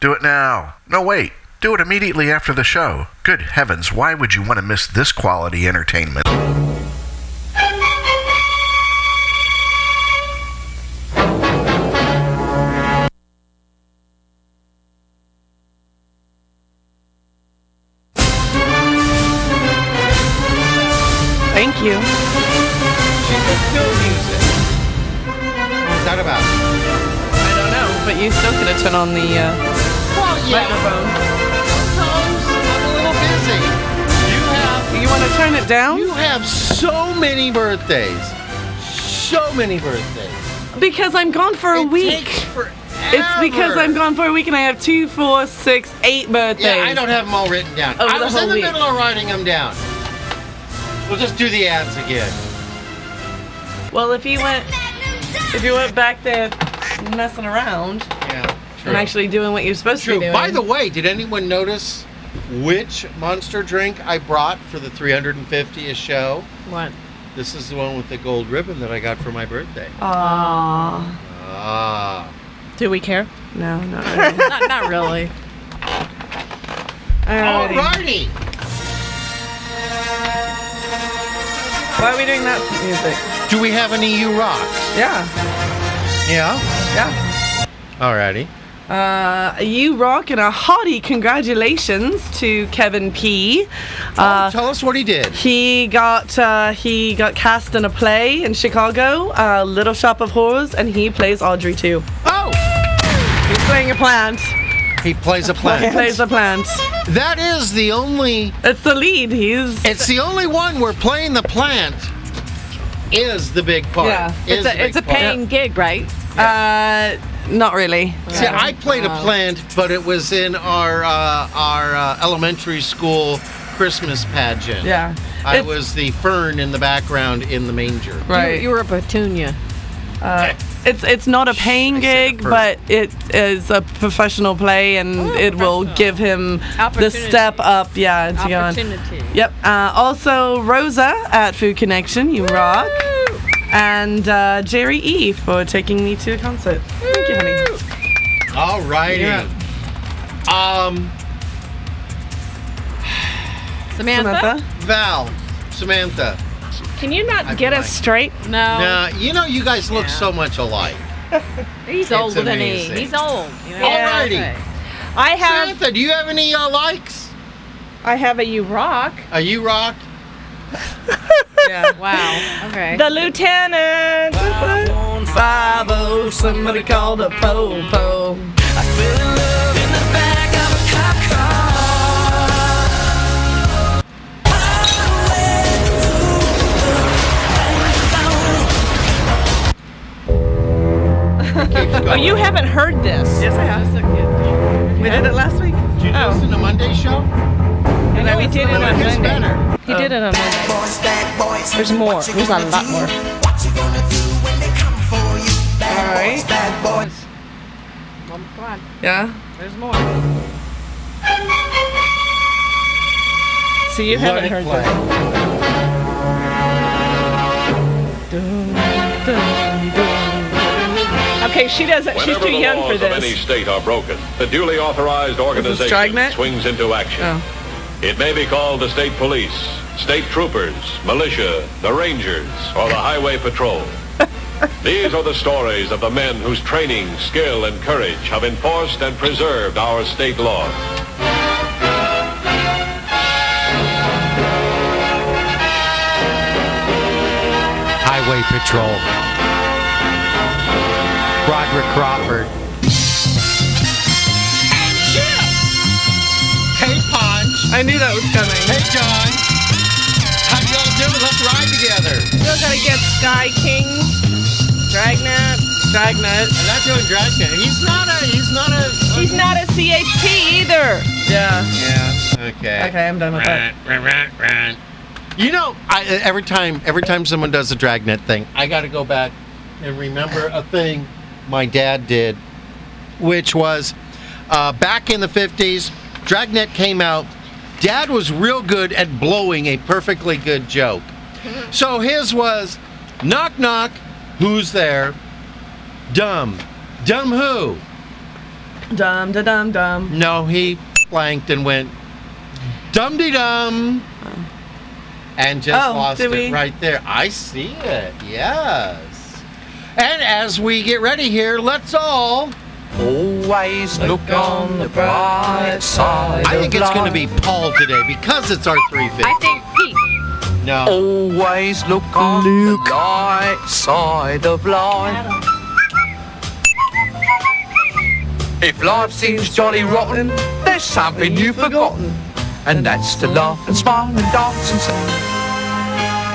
Speaker 9: Do it now. No, wait. Do it immediately after the show. Good heavens, why would you want to miss this quality entertainment?
Speaker 4: Thank you.
Speaker 3: She can still use it. What's that about?
Speaker 4: I don't know, but you still could have turned on the. Uh,
Speaker 2: Well,
Speaker 4: microphone.
Speaker 3: Sometimes I'm a little busy. You have
Speaker 4: You want to turn it down?
Speaker 3: you have so many birthdays. So many birthdays.
Speaker 4: Because I'm gone for a
Speaker 3: It
Speaker 4: week.
Speaker 3: takes forever.
Speaker 4: It's because I'm gone for a week and I have two, four, six, eight birthdays.
Speaker 3: Yeah, I don't have them all written down.
Speaker 4: Over
Speaker 3: I
Speaker 4: the
Speaker 3: was in
Speaker 4: whole
Speaker 3: the
Speaker 4: week.
Speaker 3: middle of writing them down. We'll just do the ads again.
Speaker 4: Well, if you went, if you went back there messing around
Speaker 3: Yeah. True.
Speaker 4: and actually doing what you're supposed to
Speaker 3: True.
Speaker 4: be doing.
Speaker 3: By the way, did anyone notice which monster drink I brought for the 350th show?
Speaker 2: What?
Speaker 3: This is the one with the gold ribbon that I got for my birthday.
Speaker 4: Aw.
Speaker 3: Ah.
Speaker 2: Do we care?
Speaker 4: No, not really.
Speaker 2: not, not really.
Speaker 4: Alrighty.
Speaker 3: Alrighty.
Speaker 4: Why are we doing that music?
Speaker 3: Do we have any you rocks?
Speaker 4: Yeah,
Speaker 3: Yeah.
Speaker 4: yeah.
Speaker 3: Alrighty.
Speaker 4: Uh, you rock and a hearty congratulations to Kevin P. Uh,
Speaker 3: oh, tell us what he did.
Speaker 4: He got uh, he got cast in a play in Chicago, uh, Little Shop of Horrors, and he plays Audrey too.
Speaker 3: Oh,
Speaker 4: He's playing a plant.
Speaker 3: he plays a
Speaker 4: He
Speaker 3: plant.
Speaker 4: plays a plant.
Speaker 3: that is the only.
Speaker 4: It's the lead. He's
Speaker 3: It's the only one where playing the plant is the big part.
Speaker 4: Yeah.
Speaker 3: Is
Speaker 2: It's
Speaker 3: the big
Speaker 2: a, it's a
Speaker 3: part.
Speaker 2: paying gig, right?
Speaker 4: uh, not really.
Speaker 3: See, I played
Speaker 4: Uh,
Speaker 3: a plant, but it was in our uh, our uh, elementary school Christmas pageant.
Speaker 4: Yeah,
Speaker 3: I
Speaker 4: It's-
Speaker 3: was the fern in the background in the manger.
Speaker 4: right.
Speaker 2: You were a petunia.
Speaker 4: It's it's not a paying
Speaker 3: I said
Speaker 4: gig,
Speaker 3: a
Speaker 4: but it is a professional play, and it will give him the
Speaker 2: Opportunity.
Speaker 4: step up. Yeah, to go on.
Speaker 2: Opportunity.
Speaker 4: Yep. Uh, also, Rosa at Food Connection, you rock, and uh, Jerry E for taking me to the concert. Thank you, honey.
Speaker 3: All righty.
Speaker 4: Yeah.
Speaker 3: Um,
Speaker 2: Samantha?
Speaker 4: Samantha.
Speaker 3: Val, Samantha.
Speaker 1: Can you not
Speaker 3: I
Speaker 1: get us
Speaker 3: blanked.
Speaker 1: straight?
Speaker 4: Um,
Speaker 2: No.
Speaker 3: Now you know you guys look so much alike.
Speaker 2: He's
Speaker 3: It's
Speaker 2: older than he.
Speaker 3: amazing.
Speaker 2: He's old. You know?
Speaker 3: Alrighty.
Speaker 1: I
Speaker 4: Um,
Speaker 1: have
Speaker 3: Samantha, do you have any uh, likes?
Speaker 1: I have a you rock.
Speaker 3: Are you rock?
Speaker 4: Yeah.
Speaker 2: Wow. Okay.
Speaker 1: The lieutenant. Oh,
Speaker 4: Five
Speaker 10: oh,
Speaker 4: O. Somebody called a po po.
Speaker 1: Oh, you haven't heard this.
Speaker 4: Yes, I have. We did it last week.
Speaker 3: Did you listen to Monday show?
Speaker 1: I know he did it
Speaker 3: But
Speaker 1: on
Speaker 3: it's
Speaker 1: Monday.
Speaker 3: better.
Speaker 1: He did it on Monday. There's more. There's a lot more.
Speaker 4: All right.
Speaker 2: Well, come on.
Speaker 4: Yeah.
Speaker 2: There's more.
Speaker 4: So you
Speaker 3: Let
Speaker 4: haven't
Speaker 3: it
Speaker 4: heard
Speaker 3: play.
Speaker 4: that.
Speaker 1: Okay, she doesn't. She's too young for
Speaker 11: Whenever the laws of any
Speaker 1: this.
Speaker 11: state are broken, the duly authorized organization
Speaker 4: Dragnet?
Speaker 11: swings into action.
Speaker 4: Oh.
Speaker 11: It may be called the state police, state troopers, militia, the rangers, or the highway patrol. These are the stories of the men whose training, skill, and courage have enforced and preserved our state laws.
Speaker 3: Highway Patrol. Roderick Crawford. Hey, Ponch.
Speaker 4: I knew that was coming.
Speaker 3: Hey, John. How y'all doing? Let's ride together.
Speaker 4: Still gotta get Sky King, Dragnet, Dragnet.
Speaker 3: I'm not doing Dragnet. He's not a. He's not a.
Speaker 1: He's not a CHP either.
Speaker 4: Yeah.
Speaker 3: Yeah. Okay.
Speaker 4: Okay, I'm done with that.
Speaker 3: You know, I, every time every time someone does a Dragnet thing, I got to go back and remember a thing my dad did, which was uh, back in the '50s. Dragnet came out. Dad was real good at blowing a perfectly good joke. So his was, knock knock, who's there? Dumb, dumb who?
Speaker 4: Dum da dum dum.
Speaker 3: No, he blanked and went dum de dum. And just
Speaker 4: Oh,
Speaker 3: lost it
Speaker 4: did we?
Speaker 3: right there. I see it. Yes. And as we get ready here, let's all.
Speaker 7: Always look on the bright side.
Speaker 3: I think it's going to
Speaker 7: to
Speaker 3: be Paul today because it's our 350.
Speaker 2: I think Pete.
Speaker 3: No.
Speaker 7: Always look on the light side of life. If life seems jolly rotten, there's something you've forgotten. And that's to laugh and smile and dance and sing.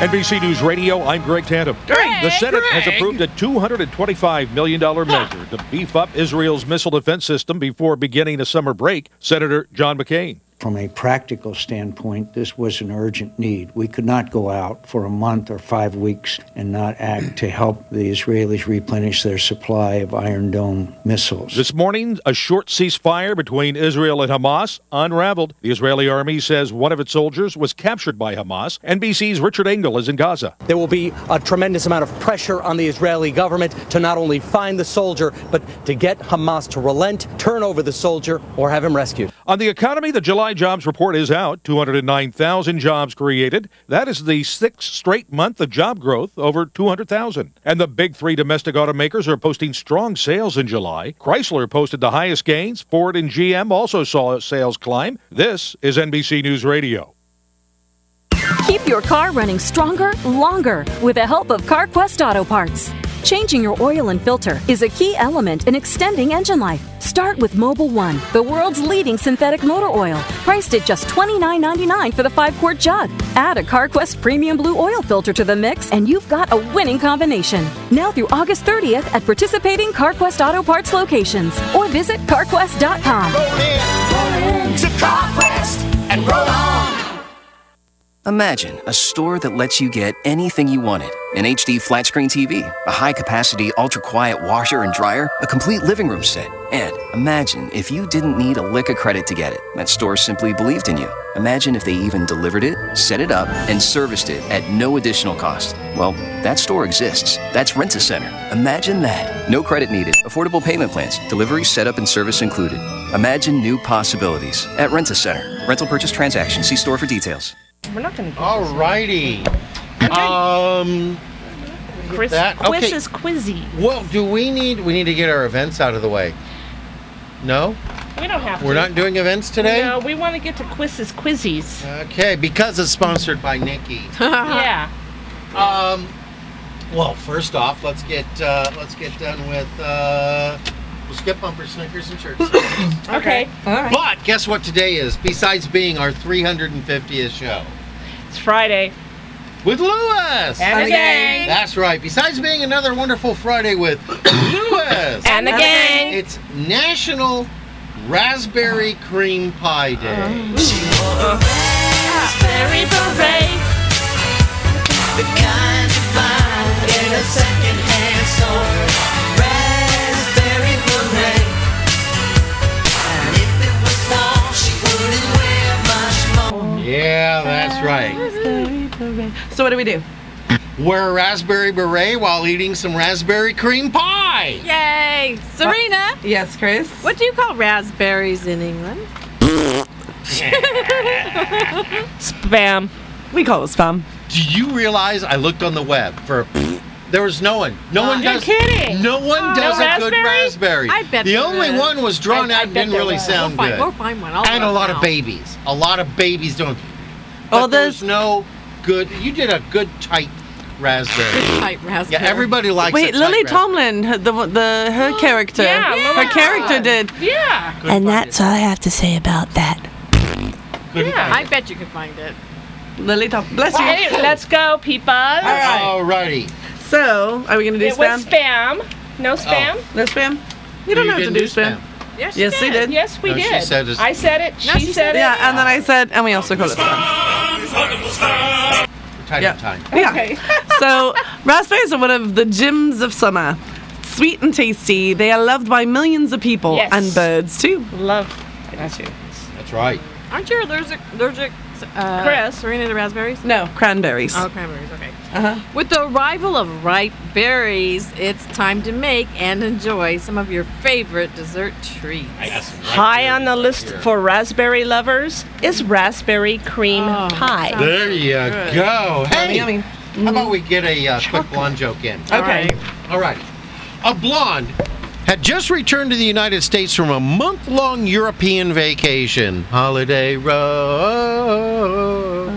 Speaker 12: NBC News Radio, I'm Greg Tandem.
Speaker 7: Greg!
Speaker 12: the Senate has
Speaker 7: Greg!
Speaker 12: approved a $225 million measure to beef up Israel's missile defense system before beginning a summer break. Senator John McCain.
Speaker 13: From a practical standpoint, this was an urgent need. We could not go out for a month or five weeks and not act to help the Israelis replenish their supply of Iron Dome missiles.
Speaker 12: This morning, a short ceasefire between Israel and Hamas unraveled. The Israeli army says one of its soldiers was captured by Hamas. NBC's Richard Engel is in Gaza.
Speaker 14: There will be a tremendous amount of pressure on the Israeli government to not only find the soldier, but to get Hamas to relent, turn over the soldier, or have him rescued.
Speaker 12: On the economy, the July jobs report is out 209,000 jobs created. That is the sixth straight month of job growth over 200,000. And the big three domestic automakers are posting strong sales in July. Chrysler posted the highest gains. Ford and GM also saw sales climb. This is NBC News Radio.
Speaker 15: Keep your car running stronger, longer with the help of CarQuest Auto Parts. Changing your oil and filter is a key element in extending engine life. Start with Mobile One, the world's leading synthetic motor oil, priced at just $29.99 for the 5 quart jug. Add a CarQuest Premium Blue oil filter to the mix, and you've got a winning combination. Now through August 30th at participating CarQuest Auto Parts locations or visit carquest.com.
Speaker 6: To Conquest and roll on.
Speaker 10: Imagine a store that lets you get anything you wanted an HD flat screen TV, a high capacity, ultra quiet washer and dryer, a complete living room set. And imagine if you didn't need a lick of credit to get it. That store simply believed in you. Imagine if they even delivered it, set it up, and serviced it at no additional cost. Well, that store exists. That's Rent a Center. Imagine that. No credit needed. Affordable payment plans. Delivery, setup, and service included. Imagine new possibilities at Rent a Center. Rental purchase transaction. See store for details.
Speaker 1: We're not going to.
Speaker 3: All righty. Um,
Speaker 1: Chris,
Speaker 3: that-
Speaker 1: Quiz
Speaker 3: okay.
Speaker 1: is quizzy.
Speaker 3: well, do we need? We need to get our events out of the way. No,
Speaker 1: We don't have to.
Speaker 3: we're not doing events today.
Speaker 1: No, we want to get to Quiz is quizzies.
Speaker 3: Okay, because it's sponsored by Nikki.
Speaker 1: yeah.
Speaker 3: Um, well, first off, let's get uh, let's get done with uh, we'll skip bumper Snickers and church. services.
Speaker 1: Okay. All right.
Speaker 3: But guess what today is? Besides being our 350th show,
Speaker 1: It's Friday.
Speaker 3: with Lewis
Speaker 1: And the gang.
Speaker 3: That's right. Besides being another wonderful Friday with Lewis
Speaker 1: And the gang.
Speaker 3: it's National Raspberry Cream Pie Day.
Speaker 6: Raspberry beret. The kind you find in a secondhand store. Raspberry beret. And if it was long, she wouldn't wear much more.
Speaker 3: Yeah, that's right.
Speaker 4: Oh. So what do we do?
Speaker 3: Wear a raspberry beret while eating some raspberry cream pie.
Speaker 2: Yay! Serena!
Speaker 4: Yes, Chris?
Speaker 2: What do you call raspberries in England?
Speaker 1: Spam.
Speaker 4: We call it spam.
Speaker 3: Do you realize I looked on the web for a there was no one. No one
Speaker 1: You're
Speaker 3: does.
Speaker 1: Uh, kidding.
Speaker 3: No one
Speaker 1: Oh.
Speaker 3: does
Speaker 1: No
Speaker 3: a good
Speaker 1: raspberry?
Speaker 3: raspberry.
Speaker 1: I bet
Speaker 3: the
Speaker 1: there
Speaker 3: only
Speaker 1: is.
Speaker 3: one was drawn
Speaker 1: I- I
Speaker 3: out and
Speaker 1: bet
Speaker 3: didn't
Speaker 1: there
Speaker 3: really
Speaker 1: was.
Speaker 3: sound
Speaker 2: We'll find-
Speaker 3: good.
Speaker 2: we'll find one. I'll
Speaker 3: and a
Speaker 2: look
Speaker 3: lot
Speaker 2: now.
Speaker 3: of babies. A lot of babies don't.
Speaker 1: Oh,
Speaker 3: But there's no good. You did a good tight raspberry.
Speaker 2: Type raspberry.
Speaker 3: yeah, everybody likes. a
Speaker 4: Wait,
Speaker 3: tight
Speaker 4: Lily
Speaker 3: raspberry.
Speaker 4: Tomlin, her- the, the her character.
Speaker 1: Yeah, Lily
Speaker 4: her character did.
Speaker 1: Yeah.
Speaker 16: And that's all I have to say about that.
Speaker 3: Couldn't
Speaker 2: Yeah, I
Speaker 3: find it.
Speaker 2: bet you could find it.
Speaker 4: Lily Tomlin. Bless you.
Speaker 1: Hey, let's go, people. All
Speaker 4: right.
Speaker 3: Alrighty.
Speaker 4: So, are we going to do
Speaker 1: It
Speaker 4: spam?
Speaker 1: was spam.
Speaker 3: Oh.
Speaker 1: No spam.
Speaker 4: No spam? You don't
Speaker 3: You
Speaker 4: have to
Speaker 3: didn't
Speaker 4: do
Speaker 3: do
Speaker 4: spam.
Speaker 3: spam.
Speaker 2: Yes,
Speaker 4: Yes, she did.
Speaker 1: Yes, we
Speaker 3: No, she
Speaker 1: did.
Speaker 3: said it's-
Speaker 1: I said it.
Speaker 2: No,
Speaker 1: she,
Speaker 2: she
Speaker 1: said
Speaker 2: said
Speaker 1: it.
Speaker 4: Yeah, and then I said, and we also call it spam.
Speaker 3: We're tight on time.
Speaker 4: Yeah. so, raspberries are one of the gems of summer. Sweet and tasty, they are loved by millions of people
Speaker 2: Yes.
Speaker 4: and birds too.
Speaker 1: Love.
Speaker 3: That's right.
Speaker 2: Aren't you allergic, allergic uh,
Speaker 1: Chris?
Speaker 2: Serena, to raspberries?
Speaker 4: No, cranberries.
Speaker 2: Oh, cranberries, okay.
Speaker 4: Uh-huh.
Speaker 2: With the arrival of ripe berries, it's time to make and enjoy some of your favorite dessert treats.
Speaker 1: High on the list for raspberry lovers is raspberry cream
Speaker 4: Oh,
Speaker 1: pie.
Speaker 3: There you
Speaker 1: Good.
Speaker 3: go. Hey,
Speaker 1: Yummy, Mm. yummy.
Speaker 3: how about we get a uh, quick blonde joke in?
Speaker 1: Okay.
Speaker 3: All right. A blonde had just returned to the United States from a month long European vacation. Holiday road.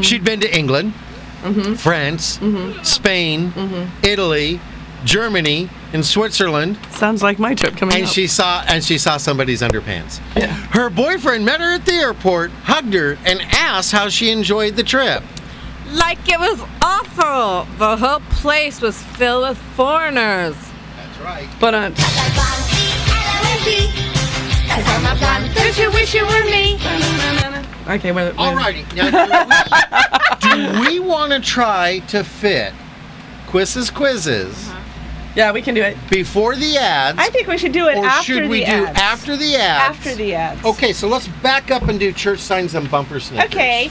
Speaker 3: She'd been to England, France, Spain, Italy, Germany, and Switzerland.
Speaker 4: Sounds like my trip coming
Speaker 3: and
Speaker 4: up.
Speaker 3: she saw and she saw somebody's underpants. Her boyfriend met her at the airport, hugged her, and asked how she enjoyed the trip.
Speaker 2: Like it was awful. The whole place was filled with foreigners. That's
Speaker 3: right.
Speaker 4: But uh,
Speaker 2: Did you wish you were me?
Speaker 4: okay, wait. wait.
Speaker 3: All righty. Now, do we, do we want to try to fit quizzes quizzes
Speaker 4: Yeah, we can do it.
Speaker 3: before the ads?
Speaker 1: Uh-huh. I think we should do it
Speaker 3: or
Speaker 1: after
Speaker 3: should we
Speaker 1: the
Speaker 3: do
Speaker 1: ads.
Speaker 3: after the ads?
Speaker 1: After the ads.
Speaker 3: Okay, so let's back up and do church signs and bumper snickers.
Speaker 1: Okay.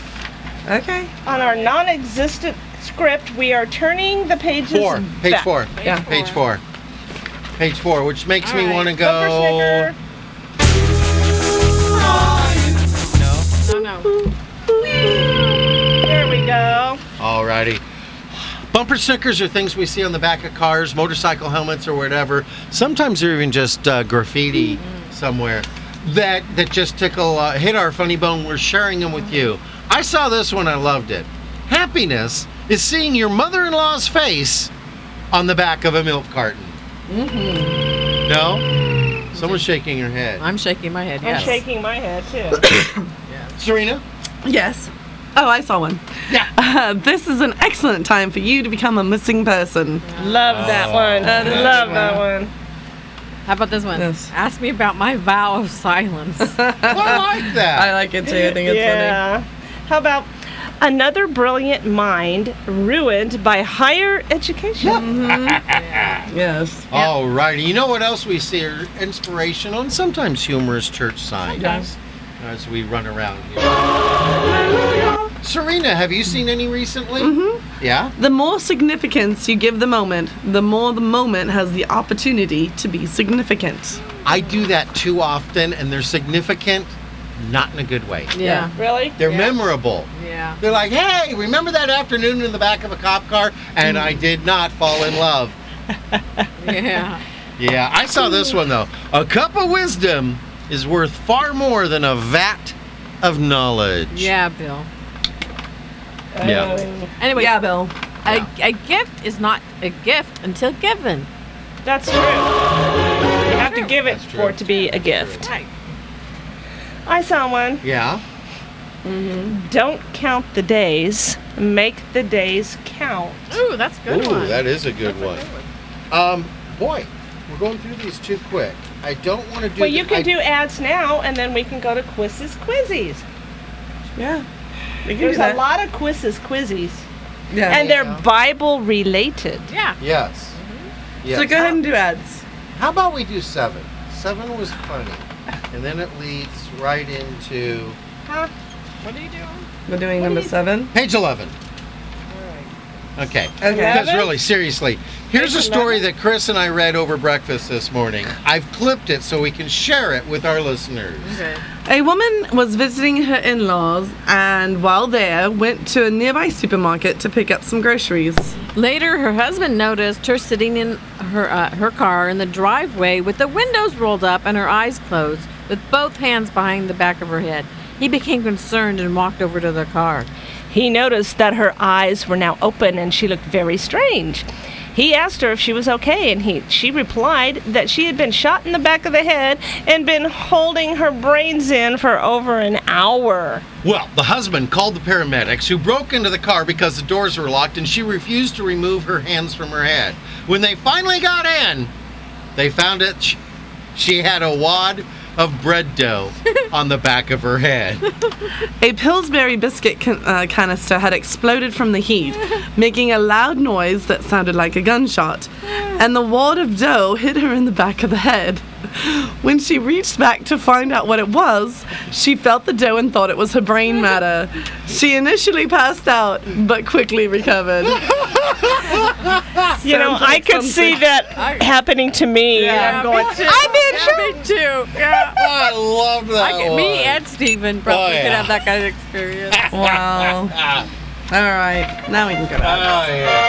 Speaker 4: Okay.
Speaker 1: On our non-existent script, we are turning the pages
Speaker 3: Four. Page
Speaker 1: back.
Speaker 3: four. Page four. Page four, which makes me want to
Speaker 1: Bumper
Speaker 3: go.
Speaker 1: snicker.
Speaker 2: No, no.
Speaker 1: There we go.
Speaker 3: Alrighty. Bumper stickers are things we see on the back of cars, motorcycle helmets, or whatever. Sometimes they're even just uh, graffiti somewhere that that just tickle uh, hit our funny bone. We're sharing them with you. I saw this one. I loved it. Happiness is seeing your mother-in-law's face on the back of a milk carton. No, someone's shaking her head.
Speaker 2: I'm shaking my head.
Speaker 1: I'm
Speaker 2: Yes.
Speaker 1: shaking my head too.
Speaker 3: Serena.
Speaker 4: Yes. Oh, I saw one. Uh,
Speaker 3: Yeah.
Speaker 4: this is an excellent time for you to become a missing person.
Speaker 1: Love that one. Love that one.
Speaker 2: How about this one? Ask me about my vow of silence.
Speaker 3: I like that.
Speaker 4: I like it too. I think it's
Speaker 1: yeah. How about another brilliant mind ruined by higher education?
Speaker 4: funny. Yes.
Speaker 3: All righty. You know what else we see are inspirational and sometimes humorous church signs
Speaker 4: Sometimes.
Speaker 3: as we run around here. Serena, have you seen any recently? Mm-hmm. Yeah.
Speaker 4: The more significance you give the moment, the more the moment has the opportunity to be significant.
Speaker 3: I do that too often, and they're significant, not in a good way.
Speaker 2: Yeah.
Speaker 1: Really?
Speaker 3: They're memorable.
Speaker 2: Yeah.
Speaker 3: They're like, hey, remember that afternoon in the back of a cop car? And I did not fall in love.
Speaker 2: Yeah.
Speaker 3: Yeah, I saw this one though. A cup of wisdom is worth far more than a vat of knowledge.
Speaker 2: Yeah, Bill.
Speaker 3: Yeah.
Speaker 2: Anyway.
Speaker 4: Yeah, Bill.
Speaker 2: A, a gift is not a gift until given.
Speaker 1: That's true. You have to give it for it to be a gift.
Speaker 2: Right.
Speaker 1: I saw one.
Speaker 3: Yeah.
Speaker 1: Don't count the days. Make the days count.
Speaker 2: Ooh, that's a good
Speaker 3: Ooh,
Speaker 2: one.
Speaker 3: that is a good one. Um, boy, we're going through these too quick. I don't want to do.
Speaker 1: Well, you
Speaker 3: the-
Speaker 1: can
Speaker 3: I-
Speaker 1: do ads now, and then we can go to quizzes, quizzies.
Speaker 4: Yeah. We can do
Speaker 1: There's a
Speaker 4: that.
Speaker 1: lot of quizzes, quizzies,
Speaker 4: Yeah.
Speaker 1: and they're Bible related.
Speaker 2: yeah.
Speaker 3: Yes. yes.
Speaker 4: So go ahead and do ads.
Speaker 3: How about we do seven? Seven was funny, and then it leads right into
Speaker 1: Huh?
Speaker 2: What are you doing?
Speaker 4: We're doing number seven.
Speaker 3: page eleven. Okay.
Speaker 4: Okay.
Speaker 3: Because
Speaker 4: Eleven?
Speaker 3: really, seriously, here's a
Speaker 1: Page
Speaker 3: story that Chris and I read over breakfast this morning. I've clipped it so we can share it with our listeners.
Speaker 2: Okay.
Speaker 4: A woman was visiting her in laws and while there went to a nearby supermarket to pick up some groceries.
Speaker 2: Later, her husband noticed her sitting in her uh, her car in the driveway with the windows rolled up and her eyes closed, with both hands behind the back of her head. He became concerned and walked over to the car.
Speaker 1: He noticed that her eyes were now open and she looked very strange. He asked her if she was okay, and he, she replied that she had been shot in the back of the head and been holding her brains in for over an hour.
Speaker 3: Well, the husband called the paramedics who broke into the car because the doors were locked and she refused to remove her hands from her head. When they finally got in, they found that sh- she had a wad of bread dough on the back of her head.
Speaker 4: A Pillsbury biscuit can, uh, canister had exploded from the heat, making a loud noise that sounded like a gunshot, and the wad of dough hit her in the back of the head. When she reached back to find out what it was, she felt the dough and thought it was her brain matter. She initially passed out, but quickly recovered.
Speaker 1: You know,
Speaker 4: Sounds
Speaker 1: I
Speaker 4: like
Speaker 1: could see
Speaker 4: something-
Speaker 1: that happening to me.
Speaker 2: Yeah,
Speaker 1: I'm going,
Speaker 2: me too.
Speaker 1: I've been
Speaker 2: yeah,
Speaker 1: shot.
Speaker 2: Me too. Yeah.
Speaker 3: I love that
Speaker 2: I could- me and Steven probably
Speaker 3: Oh,
Speaker 2: could
Speaker 3: yeah.
Speaker 2: have that kind of experience.
Speaker 4: Wow.
Speaker 3: Ah,
Speaker 4: All right, now we can go back.
Speaker 3: ah, yeah.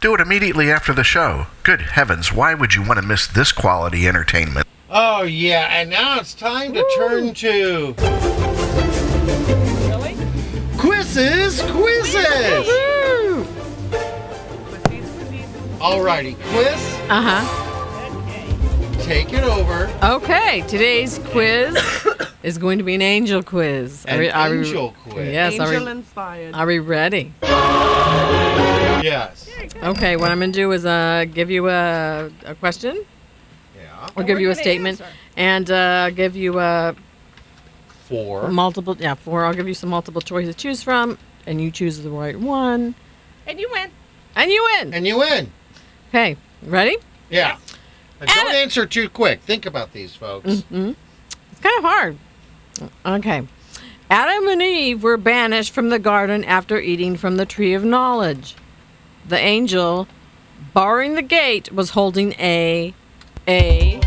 Speaker 9: Do it immediately after the show. Good heavens, why would you want to miss this quality entertainment?
Speaker 3: Oh, yeah, and now it's time to turn to. Quizzes, quizzes! Alrighty, quiz,
Speaker 2: Uh huh.
Speaker 3: take it over.
Speaker 2: Okay, today's quiz is going to be an angel quiz.
Speaker 3: An angel quiz.
Speaker 2: Yes, are
Speaker 4: Angel
Speaker 2: we,
Speaker 4: inspired.
Speaker 2: are we ready?
Speaker 3: Yes.
Speaker 2: Okay, what I'm going to do is uh, give you a, a question. Yeah. Or
Speaker 4: And
Speaker 2: give
Speaker 4: we're
Speaker 2: you a
Speaker 4: gonna
Speaker 2: statement
Speaker 4: answer.
Speaker 2: and uh, give you a
Speaker 3: Four.
Speaker 2: multiple, yeah, four. I'll give you some multiple choice to choose from, and you choose the right one,
Speaker 1: And you win.
Speaker 2: and you win.
Speaker 3: And you win.
Speaker 2: Okay, ready?
Speaker 3: Yeah. Now, don't answer too quick. Think about these, folks.
Speaker 2: hmm It's kind of hard. Okay. Adam and Eve were banished from the garden after eating from the tree of knowledge. The angel, barring the gate, was holding a. A.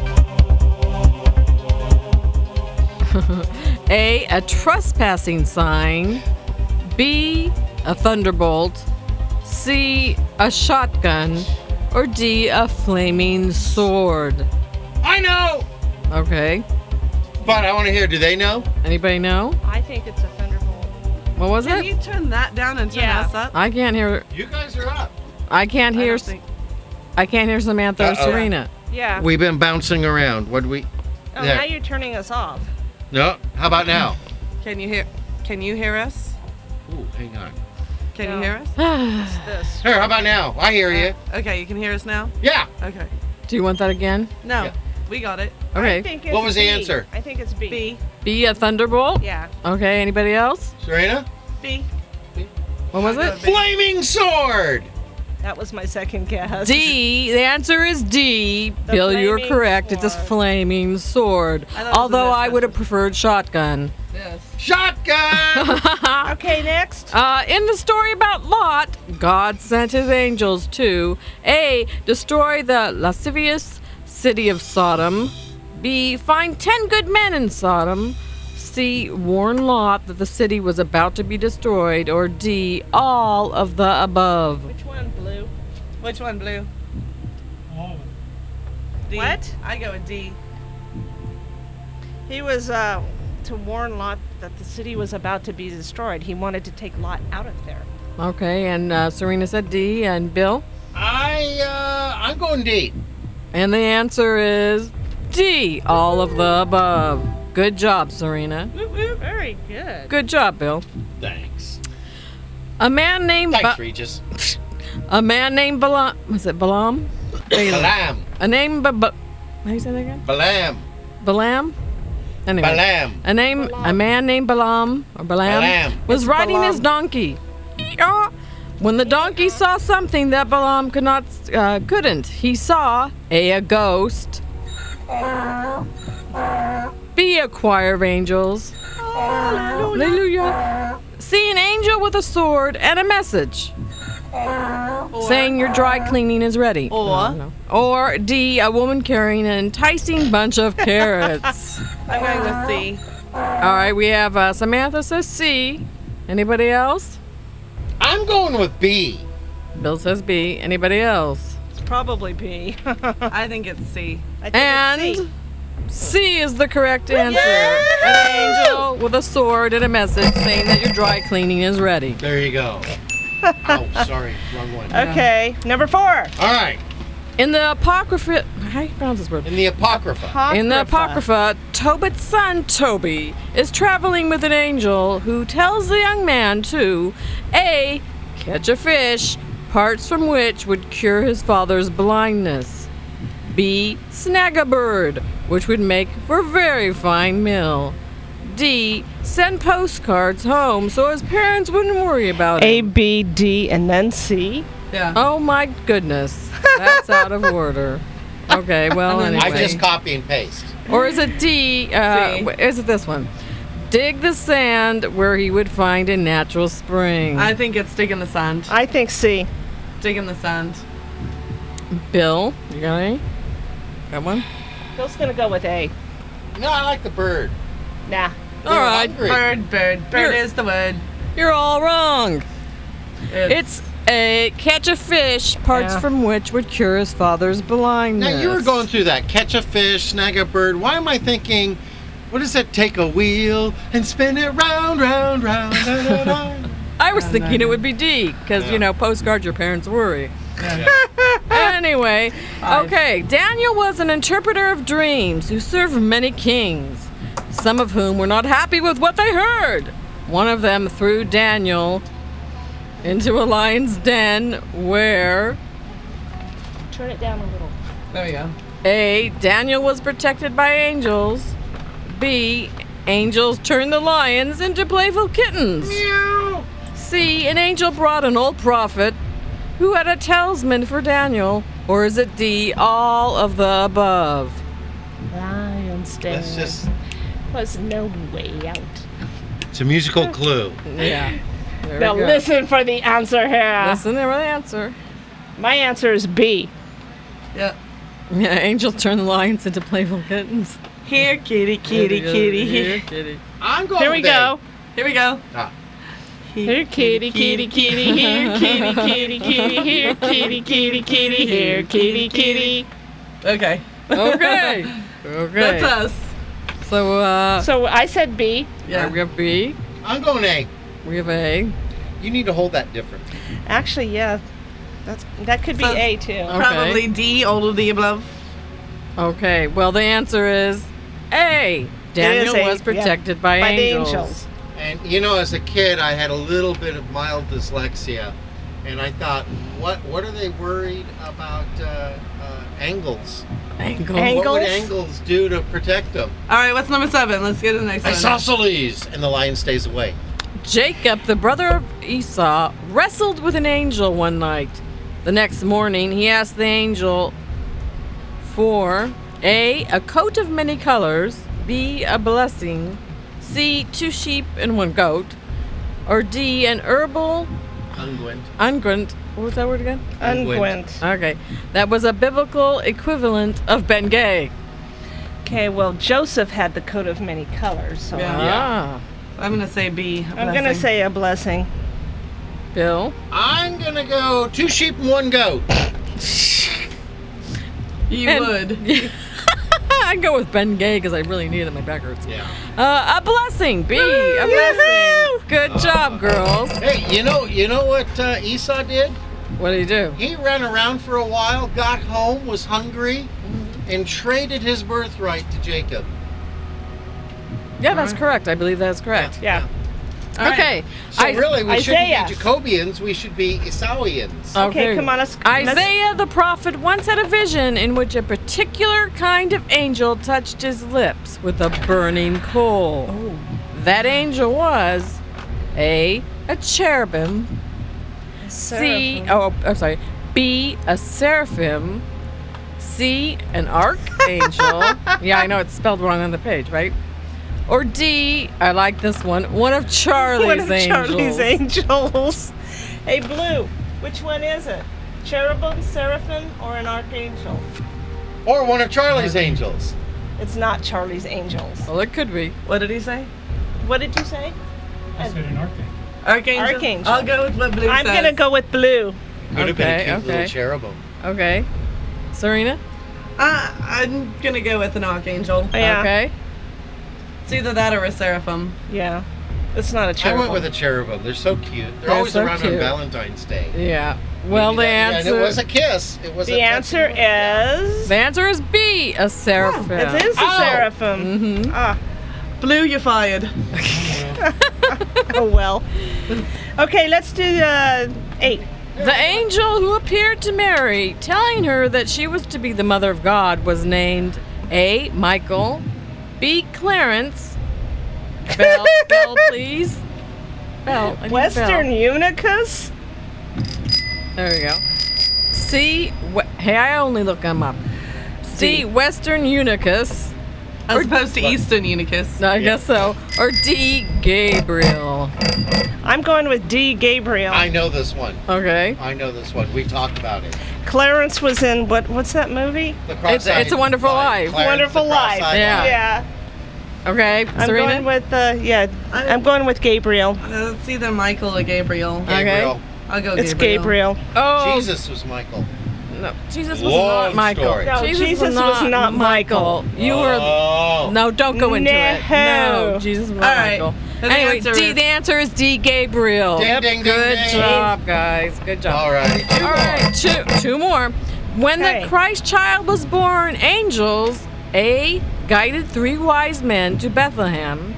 Speaker 2: a. A trespassing sign. B. A thunderbolt. C. A shotgun. Or D. A flaming sword.
Speaker 3: I know!
Speaker 2: Okay.
Speaker 3: But I want to hear do they know?
Speaker 2: Anybody know?
Speaker 1: I think it's a thunderbolt.
Speaker 2: What was
Speaker 4: Can
Speaker 2: it?
Speaker 4: you turn that down and turn
Speaker 1: Yeah.
Speaker 4: us up?
Speaker 2: I can't hear.
Speaker 3: You guys are up.
Speaker 2: I can't hear. I, can't hear Samantha or
Speaker 3: Uh-oh.
Speaker 2: Serena.
Speaker 1: Yeah.
Speaker 3: We've been bouncing around. What we.
Speaker 1: oh,
Speaker 3: There.
Speaker 1: now you're turning us off.
Speaker 3: No? How about now?
Speaker 4: Can you hear? Can you hear us?
Speaker 3: Ooh, hang on.
Speaker 4: Can you hear us?
Speaker 2: What's
Speaker 1: this?
Speaker 3: Here, how about now? I hear you.
Speaker 4: Okay, you can hear us now.
Speaker 3: Yeah.
Speaker 4: Okay.
Speaker 2: Do you want that again?
Speaker 4: No, we got it.
Speaker 2: Okay.
Speaker 1: I think it's
Speaker 3: What was the
Speaker 1: B.
Speaker 3: answer?
Speaker 1: I think it's B. B.
Speaker 2: Be a thunderbolt.
Speaker 1: Yeah.
Speaker 2: Okay. Anybody else?
Speaker 3: Serena?
Speaker 1: B.
Speaker 2: What was it?
Speaker 3: Flaming sword!
Speaker 1: That was my second guess.
Speaker 2: D. The answer is D.
Speaker 1: The
Speaker 2: Bill, you're
Speaker 1: flaming
Speaker 2: correct. It's a flaming sword.
Speaker 1: I thought it was a
Speaker 2: Although
Speaker 1: bit
Speaker 2: I would have preferred shotgun.
Speaker 3: Shotgun!
Speaker 1: okay, next.
Speaker 2: Uh, in the story about Lot, God sent his angels to A. Destroy the lascivious city of Sodom. B. Find ten good men in Sodom. C. Warn Lot that the city was about to be destroyed. Or D. All of the above.
Speaker 1: Which one, blue?
Speaker 4: Which one, blue?
Speaker 7: Oh,
Speaker 4: D.
Speaker 1: What?
Speaker 4: I go with D.
Speaker 1: He was uh, to warn Lot that the city was about to be destroyed. He wanted to take Lot out of there.
Speaker 2: Okay, and uh, Serena said D, and Bill?
Speaker 3: I, uh, I'm going D.
Speaker 2: And the answer is D, all of the above. Good job, Serena.
Speaker 1: Very good.
Speaker 2: Good job, Bill.
Speaker 3: Thanks.
Speaker 2: A man named
Speaker 3: Thanks,
Speaker 2: Ba-
Speaker 3: Regis.
Speaker 2: a man named Balam. Was it Balam?
Speaker 3: Balam.
Speaker 2: A name ba- ba- How you say that again?
Speaker 3: Balam.
Speaker 2: Balam. Anyway,
Speaker 3: Balaam.
Speaker 2: A name, a man named Balam or Balam,
Speaker 3: Balaam.
Speaker 2: was
Speaker 3: It's
Speaker 2: riding his
Speaker 3: Balaam.
Speaker 2: donkey. Yeehaw. When the donkey saw something that Balam could not, uh, couldn't, he saw a, a ghost. B a choir of angels. Hallelujah. See an angel with a sword and a message saying your dry cleaning is ready. Or, or D, a woman carrying an enticing bunch of carrots.
Speaker 4: I'm going with C.
Speaker 2: All right, we have uh, Samantha says C. Anybody else?
Speaker 3: I'm going with B.
Speaker 2: Bill says B. Anybody else?
Speaker 1: It's probably B. I
Speaker 4: think it's C.
Speaker 1: I think
Speaker 2: And
Speaker 1: it's C.
Speaker 2: C. is the correct answer. An angel with a sword and a message saying that your dry cleaning is ready.
Speaker 3: There you go. oh, sorry, wrong one.
Speaker 1: Okay, number four. All
Speaker 3: right.
Speaker 2: In the Apocrypha, how do you pronounce this word?
Speaker 3: In the Apocrypha.
Speaker 2: In the
Speaker 1: Apocrypha.
Speaker 2: Apocrypha, Tobit's son Toby is traveling with an angel who tells the young man to A. Catch a fish, parts from which would cure his father's blindness. B. Snag a bird, which would make for very fine meal. D. Send postcards home so his parents wouldn't worry about
Speaker 1: A,
Speaker 2: it.
Speaker 1: B, D, and then C.
Speaker 2: Yeah. Oh my goodness. That's out of order. Okay, well, anyway.
Speaker 3: I just copy and paste.
Speaker 2: Or is it D? Uh, w- Is it this one? Dig the sand where he would find a natural spring.
Speaker 4: I think it's dig in the sand.
Speaker 1: I think C.
Speaker 4: Dig in the sand.
Speaker 2: Bill, you got any? Got one?
Speaker 1: Bill's gonna go with A.
Speaker 3: No, I like the bird.
Speaker 1: Nah.
Speaker 2: All right.
Speaker 4: Bird, bird, bird is the word.
Speaker 2: You're all wrong. It's, a catch a fish, parts
Speaker 3: Yeah.
Speaker 2: from which would cure his father's blindness.
Speaker 3: Now you were going through that. Catch a fish, snag a bird. Why am I thinking? What is that? Take a wheel and spin it round, round, round. da, da, da.
Speaker 2: I was thinking it would be D, because, you know, postcard your parents worry. anyway, okay, Daniel was an interpreter of dreams who served many kings, some of whom were not happy with what they heard. One of them threw Daniel into a lion's den where
Speaker 1: Turn it down a little.
Speaker 2: there we go. A. Daniel was protected by angels. B. Angels turned the lions into playful kittens. C. An angel brought an old prophet who had a talisman for Daniel. Or is it D. All of the above?
Speaker 1: Lion's Den.
Speaker 3: Let's just.
Speaker 1: Was no way out.
Speaker 3: It's a musical clue.
Speaker 2: Yeah. There
Speaker 1: Now
Speaker 2: we go.
Speaker 1: listen for the answer here.
Speaker 2: Listen for the answer.
Speaker 1: My answer is B.
Speaker 4: Yeah.
Speaker 2: Yeah, angels turned the lions into playful kittens.
Speaker 4: Here, kitty, kitty,
Speaker 2: Here,
Speaker 4: kitty.
Speaker 2: here, kitty.
Speaker 3: I'm
Speaker 4: going
Speaker 1: Here we
Speaker 4: with A.
Speaker 1: go.
Speaker 4: Here we go.
Speaker 3: Ah.
Speaker 1: Here, kitty, kitty, kitty, here, kitty, kitty, kitty, here, kitty, kitty, kitty, here, kitty, kitty.
Speaker 4: Okay.
Speaker 2: Okay. Okay.
Speaker 4: That's us.
Speaker 2: So, uh.
Speaker 1: So I said B.
Speaker 4: Yeah.
Speaker 2: We have B.
Speaker 3: I'm going A.
Speaker 2: We have A.
Speaker 3: You need to hold that different.
Speaker 1: Actually, yeah. That's that could be
Speaker 4: So-
Speaker 1: A too.
Speaker 4: Probably D, all of the above.
Speaker 2: Okay, well, the answer is A. Daniel
Speaker 1: It is A,
Speaker 2: was protected by,
Speaker 1: by the
Speaker 2: angels.
Speaker 1: angels.
Speaker 3: And you know, as a kid, I had a little bit of mild dyslexia, and I thought, what what are they worried about uh, uh, angles?
Speaker 2: Angles.
Speaker 3: What would
Speaker 4: Angles?
Speaker 3: angles do to protect them?
Speaker 4: All right, what's number seven? Let's get to the next one.
Speaker 3: Isosceles, and the lion stays away.
Speaker 2: Jacob, the brother of Esau, wrestled with an angel one night. The next morning, he asked the angel for A. A coat of many colors, B. A blessing, C. Two sheep and one goat, or D. An herbal
Speaker 3: Unguent.
Speaker 2: unguent. What was that word again?
Speaker 1: Unguent.
Speaker 2: Okay. That was a biblical equivalent of Ben Gay.
Speaker 1: Okay, well Joseph had the coat of many colors, so
Speaker 2: Ah.
Speaker 4: I'm gonna say B. a
Speaker 1: I'm gonna
Speaker 4: blessing.
Speaker 1: say a blessing.
Speaker 2: Bill?
Speaker 3: I'm gonna go two sheep and one goat.
Speaker 4: You
Speaker 2: And-
Speaker 4: would.
Speaker 2: I go with Ben Gay because I really need it in my back hurts.
Speaker 3: Yeah.
Speaker 2: Uh, a blessing, B. A blessing. Good job, girls.
Speaker 3: Hey, you know, you know what uh, Esau did?
Speaker 2: What did he do?
Speaker 3: He ran around for a while, got home, was hungry, and traded his birthright to Jacob.
Speaker 2: Yeah, that's correct. I believe that's correct.
Speaker 1: Yeah.
Speaker 2: Okay.
Speaker 3: So
Speaker 2: I-
Speaker 3: really, we
Speaker 2: Isaiah. Uh,
Speaker 3: shouldn't be Jacobians. We should be Esauians.
Speaker 2: Isaiah the prophet once had a vision in which a particular kind of angel touched his lips with a burning coal. That angel was A, a cherubim, C, oh, I'm sorry, B, a seraphim, C, an archangel. yeah, I know it's spelled wrong on the page, right? Or D, I like this one, one of Charlie's
Speaker 1: One of
Speaker 2: angels.
Speaker 1: Charlie's angels. hey, Blue, which one is it? Cherubim, seraphim, or an archangel?
Speaker 3: Or one of Charlie's angels.
Speaker 1: It's not Charlie's angels.
Speaker 2: Well, it could be.
Speaker 4: What did he say?
Speaker 1: What did you say? I said an archangel.
Speaker 4: Archangel.
Speaker 1: Archangel.
Speaker 4: I'll go with what Blue
Speaker 1: I'm
Speaker 4: says.
Speaker 1: gonna go with blue.
Speaker 3: Could have been a
Speaker 2: Okay,
Speaker 3: cute
Speaker 2: okay.
Speaker 3: little cherubim.
Speaker 2: Okay. Serena?
Speaker 4: Uh, I'm gonna go with an archangel.
Speaker 1: Yeah.
Speaker 2: Okay.
Speaker 4: It's either that or a seraphim.
Speaker 1: Yeah. It's not a
Speaker 3: I went with a cherubim. They're so cute. They're,
Speaker 4: They're
Speaker 3: always
Speaker 4: so
Speaker 3: around
Speaker 4: cute.
Speaker 3: on Valentine's Day.
Speaker 2: Yeah. Well, the
Speaker 3: Maybe that- yeah,
Speaker 2: answer.
Speaker 3: and it was a kiss. It was
Speaker 1: The
Speaker 3: a
Speaker 1: answer is.
Speaker 2: The answer is B, a seraphim.
Speaker 1: It is a seraphim. Ah.
Speaker 4: Blue, you're fired.
Speaker 1: oh well. Okay, let's do uh, eight.
Speaker 2: The angel who appeared to Mary, telling her that she was to be the mother of God, was named A. Michael, B. Clarence. Bell, bell, please. Bell. I need
Speaker 1: Western
Speaker 2: Bell.
Speaker 1: Unicus.
Speaker 2: There we go. C. We- hey, I only look them up. C. Western Unicus.
Speaker 4: As opposed to Eastern Unicus.
Speaker 2: No, I guess so. Or D. Gabriel.
Speaker 1: I'm going with D. Gabriel.
Speaker 3: I know this one.
Speaker 2: Okay.
Speaker 3: I know this one. We talked about it.
Speaker 1: Clarence was in what? What's that movie?
Speaker 3: The cross-eyed
Speaker 2: It's a Wonderful Life.
Speaker 3: Clarence,
Speaker 1: Wonderful
Speaker 3: the
Speaker 1: Life.
Speaker 3: cross-eyed
Speaker 2: Yeah.
Speaker 3: lion.
Speaker 1: Yeah.
Speaker 2: Okay,
Speaker 1: I'm
Speaker 2: Serena.
Speaker 1: going with uh, yeah. I'm, going with Gabriel.
Speaker 4: Uh, It's either Michael or Gabriel.
Speaker 2: Okay.
Speaker 4: I'll go
Speaker 1: It's Gabriel.
Speaker 2: Oh,
Speaker 3: Jesus was Michael.
Speaker 2: No, Jesus was
Speaker 3: Long
Speaker 2: not Michael.
Speaker 3: story.
Speaker 1: No, Jesus was not Michael.
Speaker 2: You
Speaker 3: Oh.
Speaker 2: were no. Don't go into it. No,
Speaker 1: No.
Speaker 2: Jesus was not
Speaker 4: All right.
Speaker 2: Michael.
Speaker 4: Then the
Speaker 2: Anyway,
Speaker 4: answer
Speaker 2: D,
Speaker 4: is-
Speaker 2: the answer is D. Gabriel.
Speaker 3: Ding, ding, ding,
Speaker 2: Good
Speaker 3: ding.
Speaker 2: job, guys. Good job.
Speaker 3: All right.
Speaker 2: All right, two, two more. When
Speaker 1: Okay.
Speaker 2: the Christ child was born, angels A guided three wise men to Bethlehem,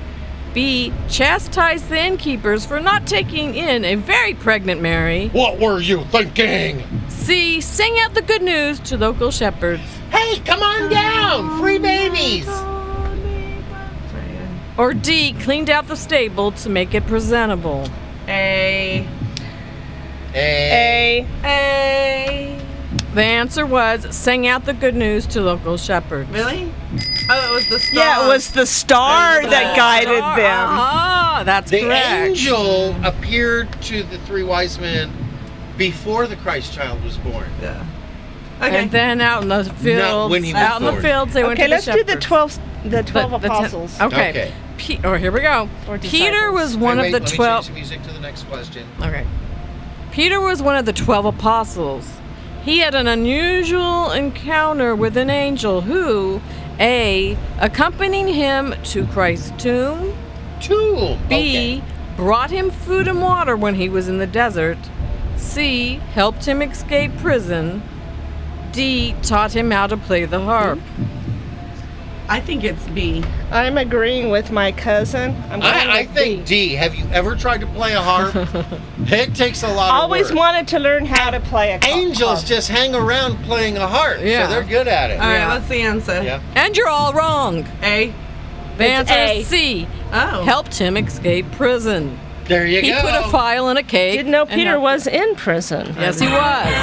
Speaker 2: B chastised the innkeepers for not taking in a very pregnant Mary,
Speaker 3: What were you thinking?
Speaker 2: C sing out the good news to local shepherds,
Speaker 3: Hey, come on down! Free babies!
Speaker 2: or D cleaned out the stable to make it presentable.
Speaker 4: A.
Speaker 3: Hey.
Speaker 1: A.
Speaker 2: A. The answer was sang out the good news to local shepherds.
Speaker 4: Really? Oh, it was the star.
Speaker 1: Yeah, it was the star that guided
Speaker 2: Star- Uh-huh.
Speaker 1: them.
Speaker 2: Ah, that's
Speaker 3: The
Speaker 2: correct.
Speaker 3: angel appeared to the three wise men before the Christ child was born.
Speaker 4: Yeah. Okay.
Speaker 2: And then out in the fields,
Speaker 3: when he was
Speaker 2: out in the
Speaker 3: born.
Speaker 2: fields, they went to
Speaker 1: Okay,
Speaker 2: the
Speaker 1: let's do the
Speaker 2: shepherds.
Speaker 1: twelve. The twelve
Speaker 2: The- the ten-
Speaker 1: apostles.
Speaker 2: okay.
Speaker 3: Okay.
Speaker 2: Pe- or here we go.
Speaker 1: Or
Speaker 2: Peter
Speaker 1: disciples.
Speaker 2: was one
Speaker 3: Hey, wait,
Speaker 2: of
Speaker 3: let
Speaker 2: the
Speaker 3: me
Speaker 2: twelve.
Speaker 3: change the music to the next question.
Speaker 2: Okay. Peter was one of the 12 apostles. He had an unusual encounter with an angel who, A, accompanied him to Christ's tomb,
Speaker 3: Tomb.
Speaker 2: B, brought him food and water when he was in the desert, C, helped him escape prison, D, taught him how to play the harp.
Speaker 4: I think it's B.
Speaker 1: I'm agreeing with my cousin. I'm going
Speaker 3: I, I
Speaker 1: with
Speaker 3: think
Speaker 1: B.
Speaker 3: D. Have you ever tried to play a harp? it takes a lot of
Speaker 1: Always
Speaker 3: work.
Speaker 1: wanted to learn how to play a co-
Speaker 3: Angels just hang around playing a harp,
Speaker 2: Yeah.
Speaker 3: so they're good at it.
Speaker 4: All right,
Speaker 2: Yeah.
Speaker 4: what's the answer?
Speaker 3: Yeah.
Speaker 2: And you're all wrong.
Speaker 4: A.
Speaker 2: The answer
Speaker 1: A.
Speaker 2: is C,
Speaker 4: Oh.
Speaker 2: helped him escape prison.
Speaker 3: There you
Speaker 2: He
Speaker 3: go.
Speaker 2: put a file in a cake.
Speaker 1: Didn't know
Speaker 2: and
Speaker 1: Peter
Speaker 2: helped
Speaker 1: was in prison.
Speaker 2: Yes, he was.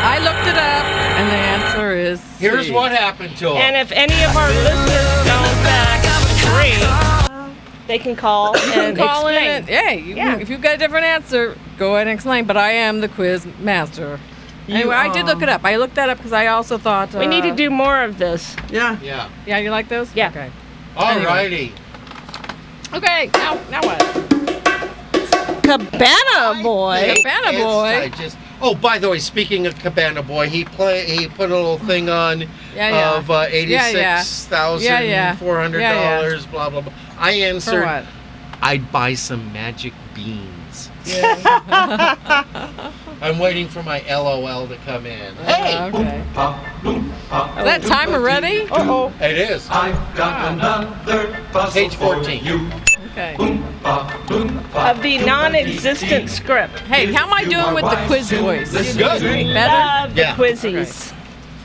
Speaker 2: I looked it up, and the answer is.
Speaker 3: Here's
Speaker 2: C.
Speaker 3: what happened to him.
Speaker 1: And if any of our listeners don't back three, they can call and
Speaker 2: Call in
Speaker 1: explain.
Speaker 2: and- Hey, you,
Speaker 1: Yeah.
Speaker 2: if you've got a different answer, go ahead and explain. But I am the quiz master. Anyway, I did look it up. I looked that up because I also thought. Uh,
Speaker 1: We need to do more of this.
Speaker 4: Yeah.
Speaker 3: yeah.
Speaker 2: Yeah, you like those?
Speaker 1: Yeah.
Speaker 2: Okay.
Speaker 3: Alrighty.
Speaker 2: Okay. Now, now what?
Speaker 1: Cabana boy.
Speaker 3: Hey,
Speaker 2: Cabana
Speaker 3: it's-
Speaker 2: Boy.
Speaker 3: I just- oh, by the way, speaking of Cabana Boy, he play he put a little thing on
Speaker 2: Yeah, yeah.
Speaker 3: of uh,
Speaker 2: Yeah,
Speaker 3: eighty
Speaker 2: yeah.
Speaker 3: six thousand
Speaker 2: Yeah, yeah.
Speaker 3: four hundred
Speaker 2: Yeah, yeah.
Speaker 3: dollars. Blah blah blah. I
Speaker 2: For
Speaker 3: answered.
Speaker 2: what?
Speaker 3: I'd buy some magic beans. Yes. I'm waiting for my LOL to come in. Hey!
Speaker 2: Okay. Is that timer ready?
Speaker 3: Uh-oh. It is. I've got another Page 14.
Speaker 2: Okay.
Speaker 1: Of the non-existent script.
Speaker 2: Hey, how am I doing with the quiz voice?
Speaker 3: This is good.
Speaker 1: Love the
Speaker 3: Yeah.
Speaker 1: quizzies.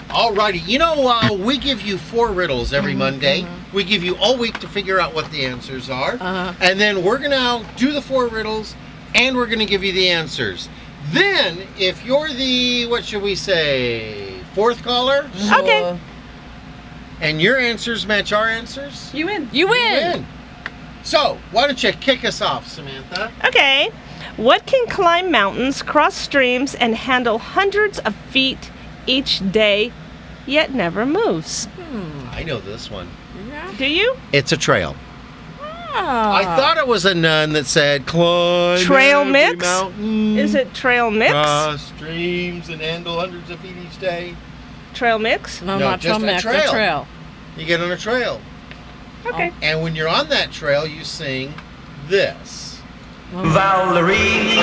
Speaker 3: Alrighty, you know, uh, we give you four riddles every Monday. We give you all week to figure out what the answers are.
Speaker 2: Uh-huh.
Speaker 3: And then we're going to do the four riddles and we're going to give you the answers. Then, if you're the, what should we say, fourth caller?
Speaker 1: Mm-hmm. Okay.
Speaker 3: And your answers match our answers?
Speaker 1: You win.
Speaker 2: You win.
Speaker 3: win. So, why don't you kick us off, Samantha?
Speaker 1: Okay. What can climb mountains, cross streams, and handle hundreds of feet each day, yet never moves?
Speaker 3: I know this one.
Speaker 1: Do you?
Speaker 3: It's a trail.
Speaker 2: Ah.
Speaker 3: I thought it was a nun that said, climb
Speaker 1: Ah. Trail
Speaker 3: every
Speaker 1: mix?
Speaker 3: mountain,
Speaker 1: Is it trail mix?
Speaker 3: cross streams and handle hundreds of feet each day.
Speaker 1: trail mix?
Speaker 2: No,
Speaker 3: No,
Speaker 2: not
Speaker 3: just
Speaker 2: from
Speaker 3: a
Speaker 2: Mac,
Speaker 3: trail.
Speaker 2: the trail.
Speaker 3: You get on a trail. Um,
Speaker 1: Okay.
Speaker 3: And when you're on that trail, you sing this.
Speaker 7: Valerie,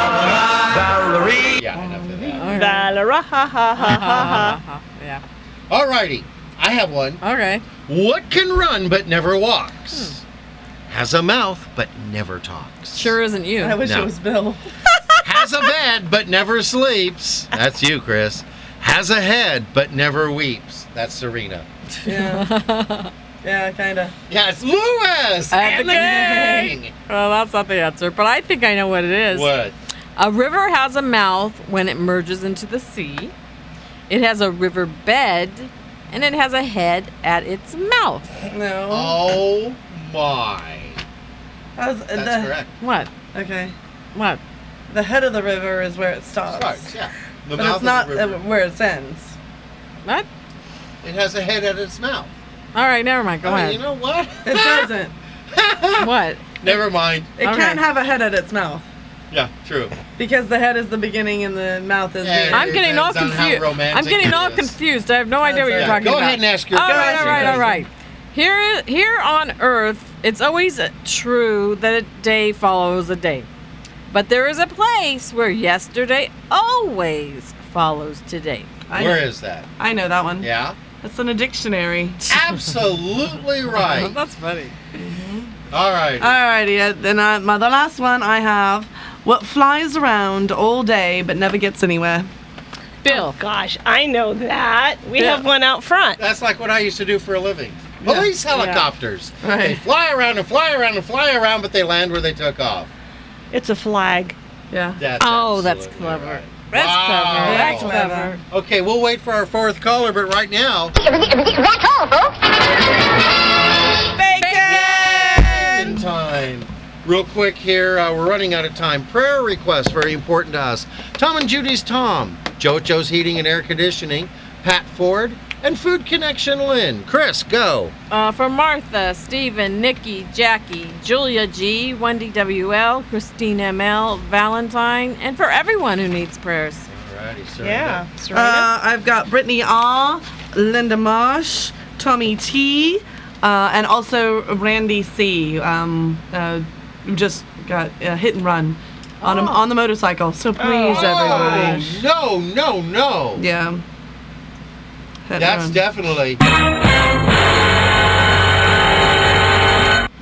Speaker 7: Valerie, Valerie.
Speaker 3: Yeah, enough of that.
Speaker 1: Valera, ha ha ha ha ha.
Speaker 2: Uh-huh. Yeah.
Speaker 3: Alrighty, I have one.
Speaker 2: Okay.
Speaker 3: What can run but never walks?
Speaker 4: Hmm.
Speaker 3: Has a mouth but never talks.
Speaker 2: Sure isn't you.
Speaker 4: I wish
Speaker 3: No.
Speaker 4: it was Bill.
Speaker 3: Has a bed but never sleeps. That's you, Chris. Has a head but never weeps. That's Serena.
Speaker 4: Yeah. yeah, kinda.
Speaker 3: Yes, Lewis!
Speaker 2: At the
Speaker 3: and
Speaker 2: gate. Well, that's not the answer, but I think I know what it is.
Speaker 3: What?
Speaker 2: A river has a mouth when it merges into the sea. It has a river bed, and it has a head at its mouth.
Speaker 4: No.
Speaker 3: Oh my.
Speaker 4: That was,
Speaker 3: That's
Speaker 4: uh, the,
Speaker 3: correct.
Speaker 2: What?
Speaker 4: Okay.
Speaker 2: What?
Speaker 4: The head of the river is where it stops.
Speaker 3: Starts, yeah. The
Speaker 4: But
Speaker 3: mouth
Speaker 4: it's not
Speaker 3: of the
Speaker 4: uh,
Speaker 3: river.
Speaker 4: where it ends.
Speaker 2: What?
Speaker 3: It has a head at its mouth.
Speaker 2: All right, never mind. Go
Speaker 3: I mean,
Speaker 2: ahead.
Speaker 3: you know what?
Speaker 4: It doesn't.
Speaker 2: what?
Speaker 3: Never mind.
Speaker 4: It
Speaker 2: Okay.
Speaker 4: can't have a head at its mouth
Speaker 3: Yeah, true.
Speaker 4: because the head is the beginning and the mouth is
Speaker 3: Yeah,
Speaker 4: the
Speaker 2: I'm getting all
Speaker 3: Depends on how
Speaker 2: confused. I'm
Speaker 3: romantic
Speaker 2: getting
Speaker 3: it
Speaker 2: all
Speaker 3: is.
Speaker 2: confused. I have no idea what you're
Speaker 3: Yeah,
Speaker 2: talking
Speaker 3: go
Speaker 2: about.
Speaker 3: ahead and ask your
Speaker 2: All right, all
Speaker 3: question.
Speaker 2: right, all right. Here, i- here on Earth, it's always true that a day follows a day, but there is a place where yesterday always follows today.
Speaker 4: I,
Speaker 3: Where is that?
Speaker 4: I know that one.
Speaker 3: Yeah?
Speaker 4: It's in a dictionary.
Speaker 3: Absolutely right.
Speaker 2: That's funny.
Speaker 3: All right.
Speaker 4: Alrighty, uh, then uh, my the last one I have. What flies around all day but never gets anywhere?
Speaker 2: Bill.
Speaker 1: Oh, Gosh, I know that. We
Speaker 2: Yeah.
Speaker 1: have one out front.
Speaker 3: That's like what I used to do for a living. Police helicopters. They
Speaker 4: Right.
Speaker 3: fly around and fly around and fly around, but they land where they took off.
Speaker 1: It's a flag.
Speaker 4: Yeah.
Speaker 3: That's
Speaker 2: Oh, that's
Speaker 3: absolutely
Speaker 2: clever.
Speaker 3: right.
Speaker 2: That's clever. That's
Speaker 3: Wow.
Speaker 2: clever.
Speaker 3: Okay, we'll wait for our fourth caller, but right now,
Speaker 8: That's all, folks.
Speaker 3: in time. Real quick here, uh, we're running out of time. Prayer requests, very important to us. Tom and Judy's Tom, JoJo's Heating and Air Conditioning, Pat Ford, and Food Connection Lynn. Chris, go.
Speaker 2: Uh, for Martha, Stephen, Nikki, Jackie, Julia G, Wendy WL, Christine ML, Valentine, and for everyone who needs prayers.
Speaker 3: Alrighty, sir.
Speaker 1: Yeah.
Speaker 4: Uh, I've got Brittany R, Linda Marsh, Tommy T, uh, and also Randy C. Um, uh, who just got uh, hit and run on a, on the motorcycle. So please, everybody.
Speaker 3: Oh, no, no, no.
Speaker 4: Yeah. Hit and
Speaker 3: That's
Speaker 4: run.
Speaker 3: definitely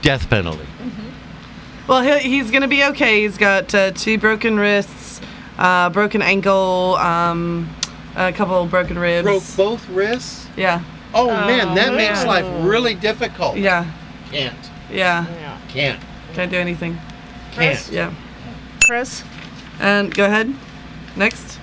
Speaker 3: death penalty.
Speaker 4: Well, he, he's going to be okay. He's got uh, two broken wrists, uh, broken ankle, um, a couple of broken ribs.
Speaker 3: Broke both wrists.
Speaker 4: Yeah,
Speaker 3: Oh, man, that
Speaker 1: man.
Speaker 3: makes life really difficult.
Speaker 4: yeah,
Speaker 3: Can't,
Speaker 4: yeah.
Speaker 3: can't,
Speaker 4: Can't do anything.
Speaker 3: can't.
Speaker 4: Yeah.
Speaker 1: Chris?
Speaker 4: And go ahead. Next.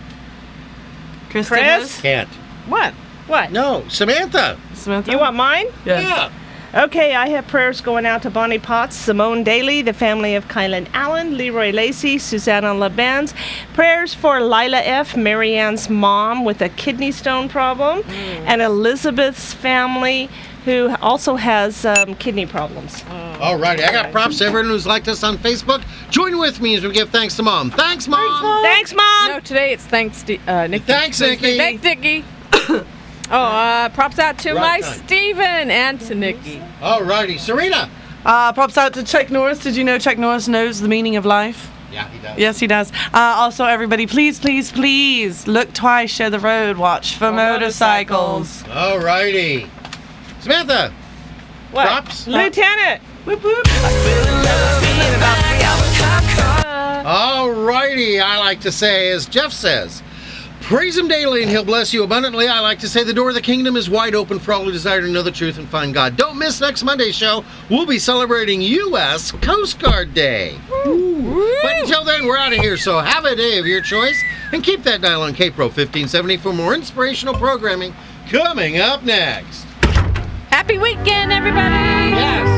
Speaker 4: Chris? did
Speaker 1: Chris?
Speaker 3: Can't.
Speaker 2: What?
Speaker 1: What?
Speaker 3: No, Samantha.
Speaker 4: this? Samantha?
Speaker 1: You want mine?
Speaker 4: Yes.
Speaker 1: Okay, I have prayers going out to Bonnie Potts, Simone Daly, the family of Kylan Allen, Leroy Lacey, Susanna LeBenz. Prayers for Lila F., Marianne's mom with a kidney stone problem, and Elizabeth's family who also has um, kidney problems.
Speaker 3: All righty, I got props to everyone who's liked us on Facebook. Join with me as we give thanks to Mom. Thanks, Mom.
Speaker 1: Thanks, Mom!
Speaker 2: No, today it's thanks, Ste uh, Nikki.
Speaker 3: Thanks, Nikki.
Speaker 2: Thanks, Nikki. oh, uh, props out to
Speaker 3: Right
Speaker 2: my
Speaker 3: time.
Speaker 2: Stephen and to Nikki.
Speaker 3: All righty, Serena.
Speaker 4: Uh, props out to Chuck Norris. Did you know Chuck Norris knows the meaning of life?
Speaker 3: Yeah, he does.
Speaker 4: Yes, he does. Uh, also, everybody, please, please, please look twice, share the road, watch for motorcycles.
Speaker 3: Alrighty. Samantha.
Speaker 1: What?
Speaker 3: Props?
Speaker 1: Lieutenant. Whoop, whoop.
Speaker 3: Alrighty, I like to say, as Jeff says, praise him daily and he'll bless you abundantly. I like to say the door of the kingdom is wide open for all who desire to know the truth and find God. Don't miss next Monday's show. We'll be celebrating U.S. Coast Guard Day. But until then, we're out of here, so have a day of your choice and keep that dial on KPRO 1570 for more inspirational programming coming up next.
Speaker 2: Happy weekend, everybody!
Speaker 3: Yes.